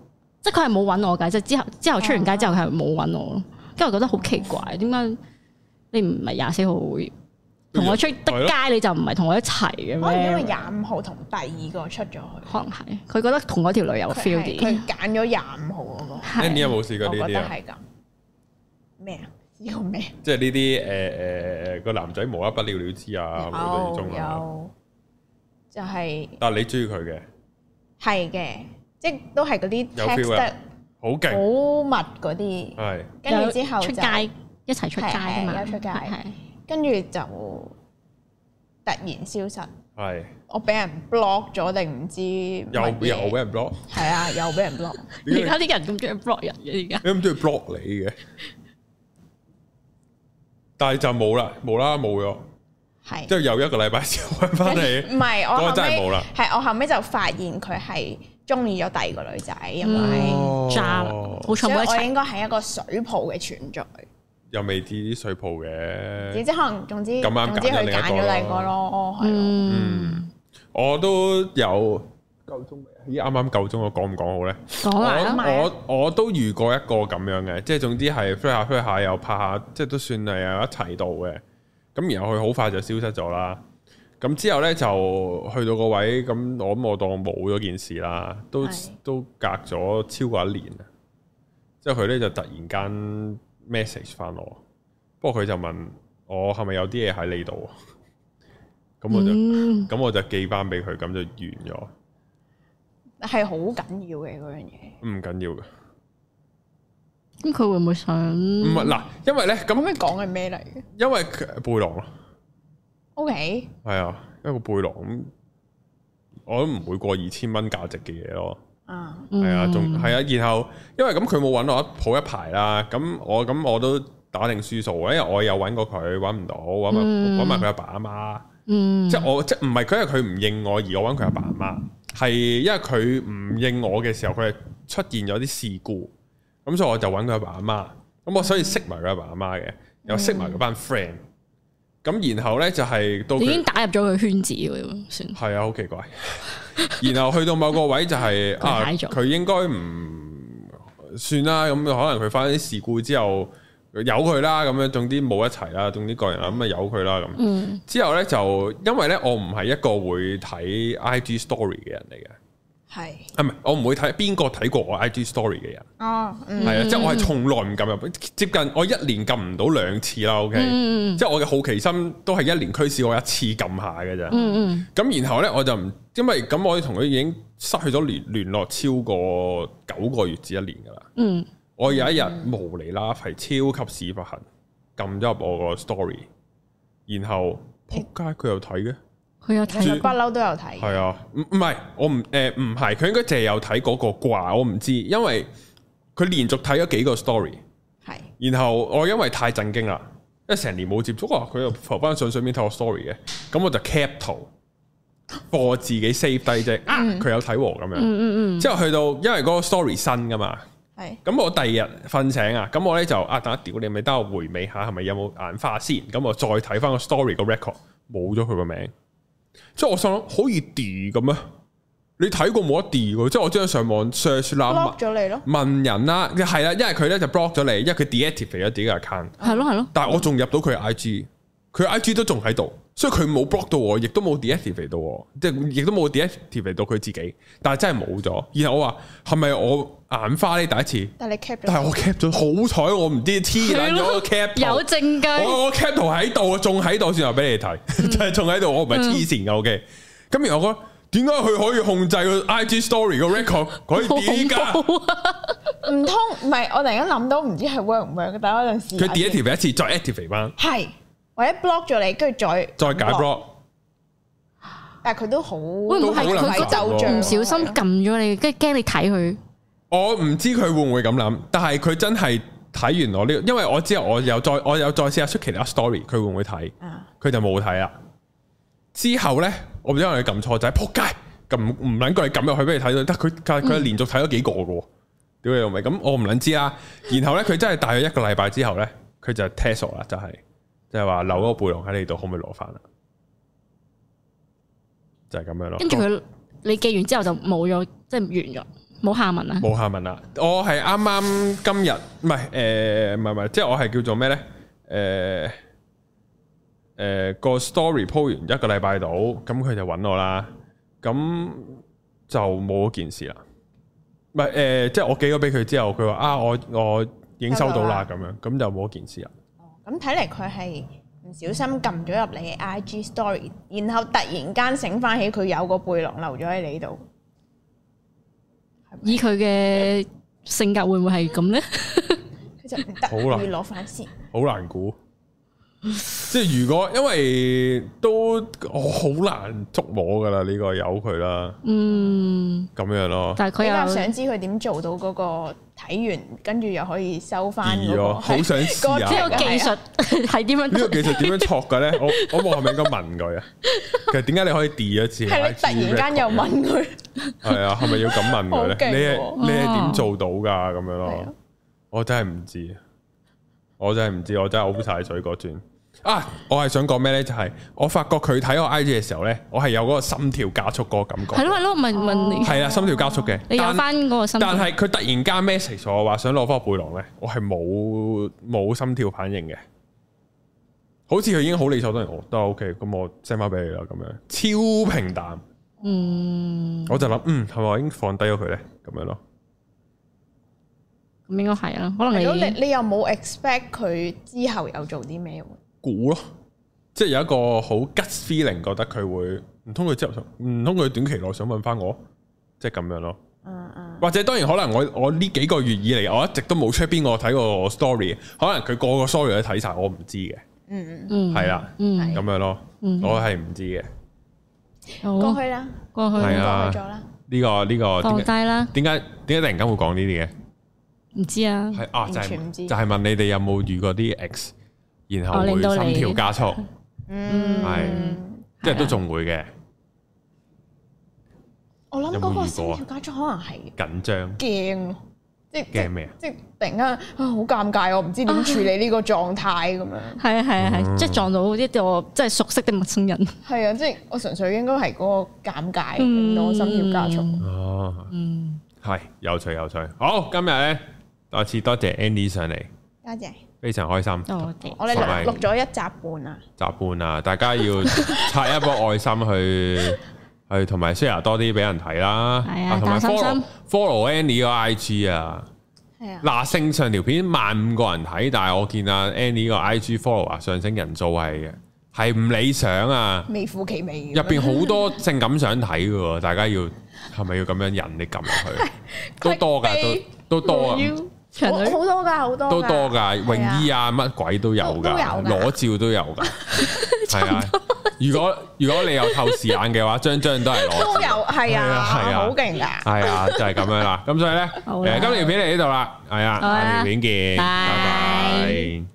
B: 即係佢係冇揾我㗎，即係之後之後出完
C: 啊
B: 街之後佢係冇揾我咯，跟住我覺得好奇怪，點解你唔係廿四號會同我出得街你就唔係同我一齊嘅
C: 可能哦因為
B: 咩？
C: 廿五號同第二個出咗去，
B: 可能係佢覺得同嗰條女有
C: 佢
B: feel
C: 係
B: 啲，
C: 佢揀咗廿五號嗰個，
A: Andy 有
B: 係
A: 冇試過
C: 我
A: 呢
C: 覺
A: 啲
C: 得
A: 啊？
C: 係咁。咩啊？要咩？
A: 即係呢啲誒誒誒個男仔無啦不了了之啊，無動於
C: 有
A: 衷啊。
C: 哦有，就係
A: 但係你中意佢嘅，
C: 係嘅，即係都係嗰啲
A: 有 feel 啊嘅
C: text 得
A: 好勁，
C: 好密嗰啲，
A: 係
C: 跟
B: 有
C: 住之後
B: 出
C: 就
B: 街一齊出街啊
C: 係
B: 嘛，
C: 有出街
B: 係
C: 跟住就突然消失。
A: 係
C: 我俾人 block 咗定唔知乜嘢
A: 又又俾人 block，
C: 係啊，又俾人 block。
A: 點解
B: 而家啲人咁中意 block 人嘅而家，
A: 你咁中意 block 你嘅？但係就冇啦，無啦啦冇咗，
C: 係
A: 即係又一個禮 拜之後揾翻你。
C: 唔係我
A: 嗰
C: 後
A: 個真係冇啦
C: 尾係我後尾就發現佢係中意咗第二個女仔，因為
A: 哦
B: 渣啦，好彩
C: 所以
B: 嗯冇一
C: 我
B: 齊。
C: 應該係一個水泡嘅存在。
A: 又未至於水泡
C: 只
A: 嘅。
C: 即係可能總之
A: 咁啱
C: 總之
A: 揀咗
C: 佢
A: 另一個
C: 揀
A: 咯
C: 咗第二個咯，係咯
B: 嗯，
A: 嗯，我都有夠鐘未啊？咦，啱啱夠鐘，我講唔講好咧？
B: 講埋啦，
A: 我我我都遇過一個咁樣嘅，即係總之係 f l i r 下 f l i r 下又拍下，即係都算係有一齊到嘅。咁然後佢好快就消失咗啦。咁之後呢，就去到個位，咁我咁我當冇咗件事啦，都
C: 係
A: 都隔咗超過一年啊。之後佢呢，就突然間 message 翻我，不過佢就問我係咪有啲嘢喺你度啊？咁我就咁、
B: 嗯。
A: 我就寄翻俾佢，咁就完咗。
C: 係好緊要嘅嗰樣嘢。
A: 唔緊要嘅，
B: 咁佢會唔會想？
A: 唔係嗱，因為呢，
C: 可
A: 咁
C: 唔可以講係咩嚟嘅
A: 因為佢背囊咯，
C: ？O K，
A: 係啊，一個背囊咁，我都唔會過二千蚊價值嘅嘢咯。
C: 啊，
A: 係啊，
B: 嗯
A: 仲係啊，然後因為咁佢冇揾我一抱一排啦，咁我咁我都打定輸數，因為我有揾過佢，揾唔到，揾埋
B: 嗯
A: 揾埋佢阿爸阿媽，
B: 嗯，
A: 即係我即係唔係佢係佢唔認我，而我揾佢阿爸阿媽，係因為佢唔認我嘅時候，佢係出現咗啲事故，咁所以我就揾佢阿爸阿媽，
B: 嗯
A: 咁我所以識埋佢阿爸阿媽嘅，又識埋嗰班 friend，咁然後呢，就係到佢
B: 你已經打入咗佢圈子喎，算
A: 係啊，好奇怪。 然後去到某個位就係、
B: 佢
A: 啊，
B: 解咗
A: 佢應該唔算啦。咁可能佢發生啲事故之後，由佢啦。咁樣總之冇一齊啦，總之個人啦，咁啊由佢啦。咁
B: 嗯
A: 之後呢，就因為呢，我唔係一個會睇 I G story 嘅人嚟嘅，
C: 係
A: 啊唔係我唔會睇邊個睇過我 I G story 嘅人，
C: 哦，嗯
A: 係啊，即係我係從來唔撳入，接近我一年撳唔到兩次啦。OK，、
B: 嗯
A: 即係我嘅好奇心都係一年驅使我一次撳下嘅咋。
B: 嗯
A: 咁然後呢，我就唔，因為咁我同佢已經失去咗聯聯絡超過九個月至一年噶啦。
B: 嗯嗯
A: 我有一日無厘啦，係超級屎忽痕，撳咗入我個 story，然後仆街佢又睇嘅，
B: 佢有
C: 其實
B: 睇
C: 不嬲都有
A: 係
C: 睇嘅，
A: 啊，唔唔係我唔誒唔係，佢應該淨係有睇嗰個啩，我唔知，因為佢連續睇咗幾個 story，
C: 係
A: 然後我因為太震驚啦，因為成年冇接觸啊，佢又浮翻上水面睇我 story 嘅，咁我就 cap 圖，我自己 save 低啫。啊，佢有睇喎咁樣。
B: 嗯嗯嗯
A: 之後去到，因為嗰個 story 新噶嘛，
C: 係
A: 咁我第二日瞓醒啊，咁我咧就啊，等一屌你咪得我回味下，係咪有冇眼花先？咁我再睇翻個 story 個 record，冇咗佢個名，即係我想諗可以 d 咁啊？你睇過冇得 d 嘅？即係我將上網 search 啦。
C: block 咗你咯，
A: 問人啦，係啦，因為佢咧就 block 咗你，因為佢 deactivate 咗自己嘅 account，
B: 係咯係咯，
A: 但係我仲入到佢 IG，佢 IG 都仲喺度，所以佢冇 block 到我，亦都冇 deactivate 到我，即係亦都冇 deactivate 到佢自己，但係真係冇咗。然後我話係咪我眼花呢？第一次，
C: 但係你 cap
A: 但係
C: 咗
A: 我 cap 咗，好彩我唔知黐撚咗個 cap 圖
B: 有證據，
A: 我我 cap 圖喺度，仲喺度，先話俾你睇，
B: 嗯
A: 就係仲喺度，我唔係黐線噶，OK。咁然後我覺得點解佢可以控制個 IG story 個 record 可以點㗎？
B: 好恐怖啊！
C: 唔通唔係我突然間諗到唔知係 work 唔 work，但係嗰陣時
A: 佢 deactivate 一次，再 activate 翻，
C: 係或者 block 咗你，跟住再
A: 再解 block，
C: 但係佢都好，會
B: 會唔
A: 都
B: 會
A: 好
B: 係
A: 難
B: 佢
A: 搞
B: 嗰
A: 喎
B: 唔小心撳咗你，跟住驚你睇佢，
A: 我唔知佢會唔會咁諗，但係佢真係睇完我呢、個，因為我之後我有再我有再試下出其他 story，佢會唔會睇？
C: 啊，
A: 佢就冇睇啦。之後呢，我唔知因為撳錯掣，仆街，撳唔撚過你撳入去俾你睇到，得佢佢
B: 嗯
A: 佢連續睇咗幾個嘅喎，屌你老味！咁我唔撚知啦。然後呢，佢真係大約一個禮拜之後呢，佢就 test 我啦，就係、就係、話留嗰個背囊喺你度，可唔可以攞翻啊？就係、咁樣咯。
B: 跟住佢你寄完之後就冇咗，即係完咗，冇下文啦。
A: 冇下文啦。我係啱啱今日唔係誒，唔係唔係，即係我係叫做咩咧？誒、誒、個 story 鋪完一個禮拜到，咁佢就揾我啦。咁就冇嗰件事啦。唔係誒，即係我寄咗俾佢之後，佢話啊，我我已經收到啦，咁樣咁就冇嗰件事啦。
C: 哦咁睇嚟佢係唔小心撳咗入你嘅 IG story，然後突然間醒翻起佢有個背囊留咗喺你度，
B: 以佢嘅性格會唔會係咁咧？
C: 佢就唔得，
A: 好啦
C: 要攞翻先。
A: 好難估。即係如果因為都我好難捉摸噶啦，呢、個由佢啦，
B: 嗯，
A: 咁樣咯。
B: 但係佢
C: 比較
B: 又
C: 想知佢點做到嗰個睇完，跟住又可以收翻
A: 二
C: 嗰個
A: 咯，哦好想試
C: 嗰個
A: 啊！
B: 呢個技術係點樣
A: 呢
B: 得
A: 個技術點樣錯嘅 咧？我我望係咪應該問佢啊？其實點解你可以 delete 咗字？
C: 係你突然間又問佢，
A: 係啊？係咪要咁問佢
C: 好勁
A: 咧？
C: 喎啊
A: 你係你係點做到㗎？咁樣
C: 係啊
A: 咯，我真係唔知，我真係唔知，我真係 O 晒水嗰轉啊！我係想講咩咧？就係我發覺佢睇我 IG 嘅時候咧，我係有嗰個心跳加速嗰個感
B: 係
A: 覺，
B: 咯係咯，問問你，
A: 係啊，心跳加速嘅。
B: 你有
A: 但
B: 翻嗰個心
A: 但
B: 態，
A: 係佢突然間 message 我話想攞翻個背囊咧，我係冇冇心跳反應嘅，好似佢已經好理所當然，我都 OK，咁我 send 翻俾你啦，咁樣超平淡，
B: 嗯，
A: 我就諗嗯係咪我已經放低咗佢咧？咁樣咯，
B: 咁應該係啦，可能
C: 係咯
B: 你
C: 你你又冇 expect 佢之後又做啲咩喎？
A: 估咯，即係有一個好 gut feeling，覺得佢會唔通佢之後想唔通佢短期內想問翻我，即係咁樣咯。
C: 嗯嗯，
A: 或者當然可能我我呢幾個月以嚟，我一直都冇 check 邊個睇過我 story，可能佢個個 story 都睇晒，我唔知嘅，
C: 嗯
B: 嗯
A: 係啦，
B: 嗯
A: 咁樣咯，
B: 嗯
A: 我係唔知嘅。
C: 嗯，過
B: 好啊
C: 去啦，
B: 過去
A: 係啊
C: 過去咗啦。
A: 呢、個呢、個
B: 放
A: 點
B: 低
A: 解
B: 啦，
A: 點解點解突然間會講呢啲嘅？
B: 唔知啊，
A: 係啊，就係、
C: 完全唔知
A: 就係問你哋有冇遇過啲 X，然後
B: 哦令到
A: 會
B: 你啊
A: 心跳加速，
C: 嗯，
A: 係即係都仲會嘅
C: 我諗
A: 有
C: 嗰
A: 冇
C: 個
A: 遇過
C: 心
A: 啊
C: 跳加速可能係
A: 緊張。
C: 驚咯，即係
A: 驚咩啊？
C: 即係突然間啊好尷尬，我唔知點處理呢個狀態咁樣。
B: 係啊係啊係，
A: 嗯
B: 即係撞到一個即係熟悉的陌生人，
C: 係啊，即係我純粹應該係嗰個尷尬
B: 嗯
C: 令到我心跳加速。
A: 哦，
B: 嗯，
A: 係有趣有趣。好，今日咧再次多謝 Andy 上嚟，
C: 家姐，
A: 非常開心。
B: 我哋
C: 我哋
A: 拜拜
C: 錄錄咗一集半啦，
A: 集半啊，大家 要刷一波愛心去。去同埋 share 多啲俾人睇啦，
B: 係啊
A: 同埋
B: 打心
A: follow
B: 心
A: follow Annie 個 IG 啊，
C: 係啊，
A: 嗱，升上條片萬五個人睇，但係我見阿 Annie 個 IG follow 啊上升人數係係唔理想啊，
C: 微乎其微咁
A: 入
C: 樣。
A: 邊好多性感想睇嘅喎，大家要係咪要咁樣引你撳入 去？都多㗎，都都多啊，
B: 長
C: 好
B: 女
C: 好多㗎，好多㗎
A: 都多㗎，泳衣啊乜鬼都有
C: 都都有
A: 㗎，
C: 㗎
A: 裸照都有㗎，係啊！如果如果你有透視眼嘅話，張張都係裸
C: 都
A: 照
C: 有，。係
A: 係
C: 啊，
A: 啊係啊
C: 好勁㗎。
A: 係啊，就係咁樣啦。咁所以咧，
B: 好啦
A: 誒，今條片嚟呢度啦，係啊，
B: 好啊
A: 下條片見，
B: 拜
A: 拜拜。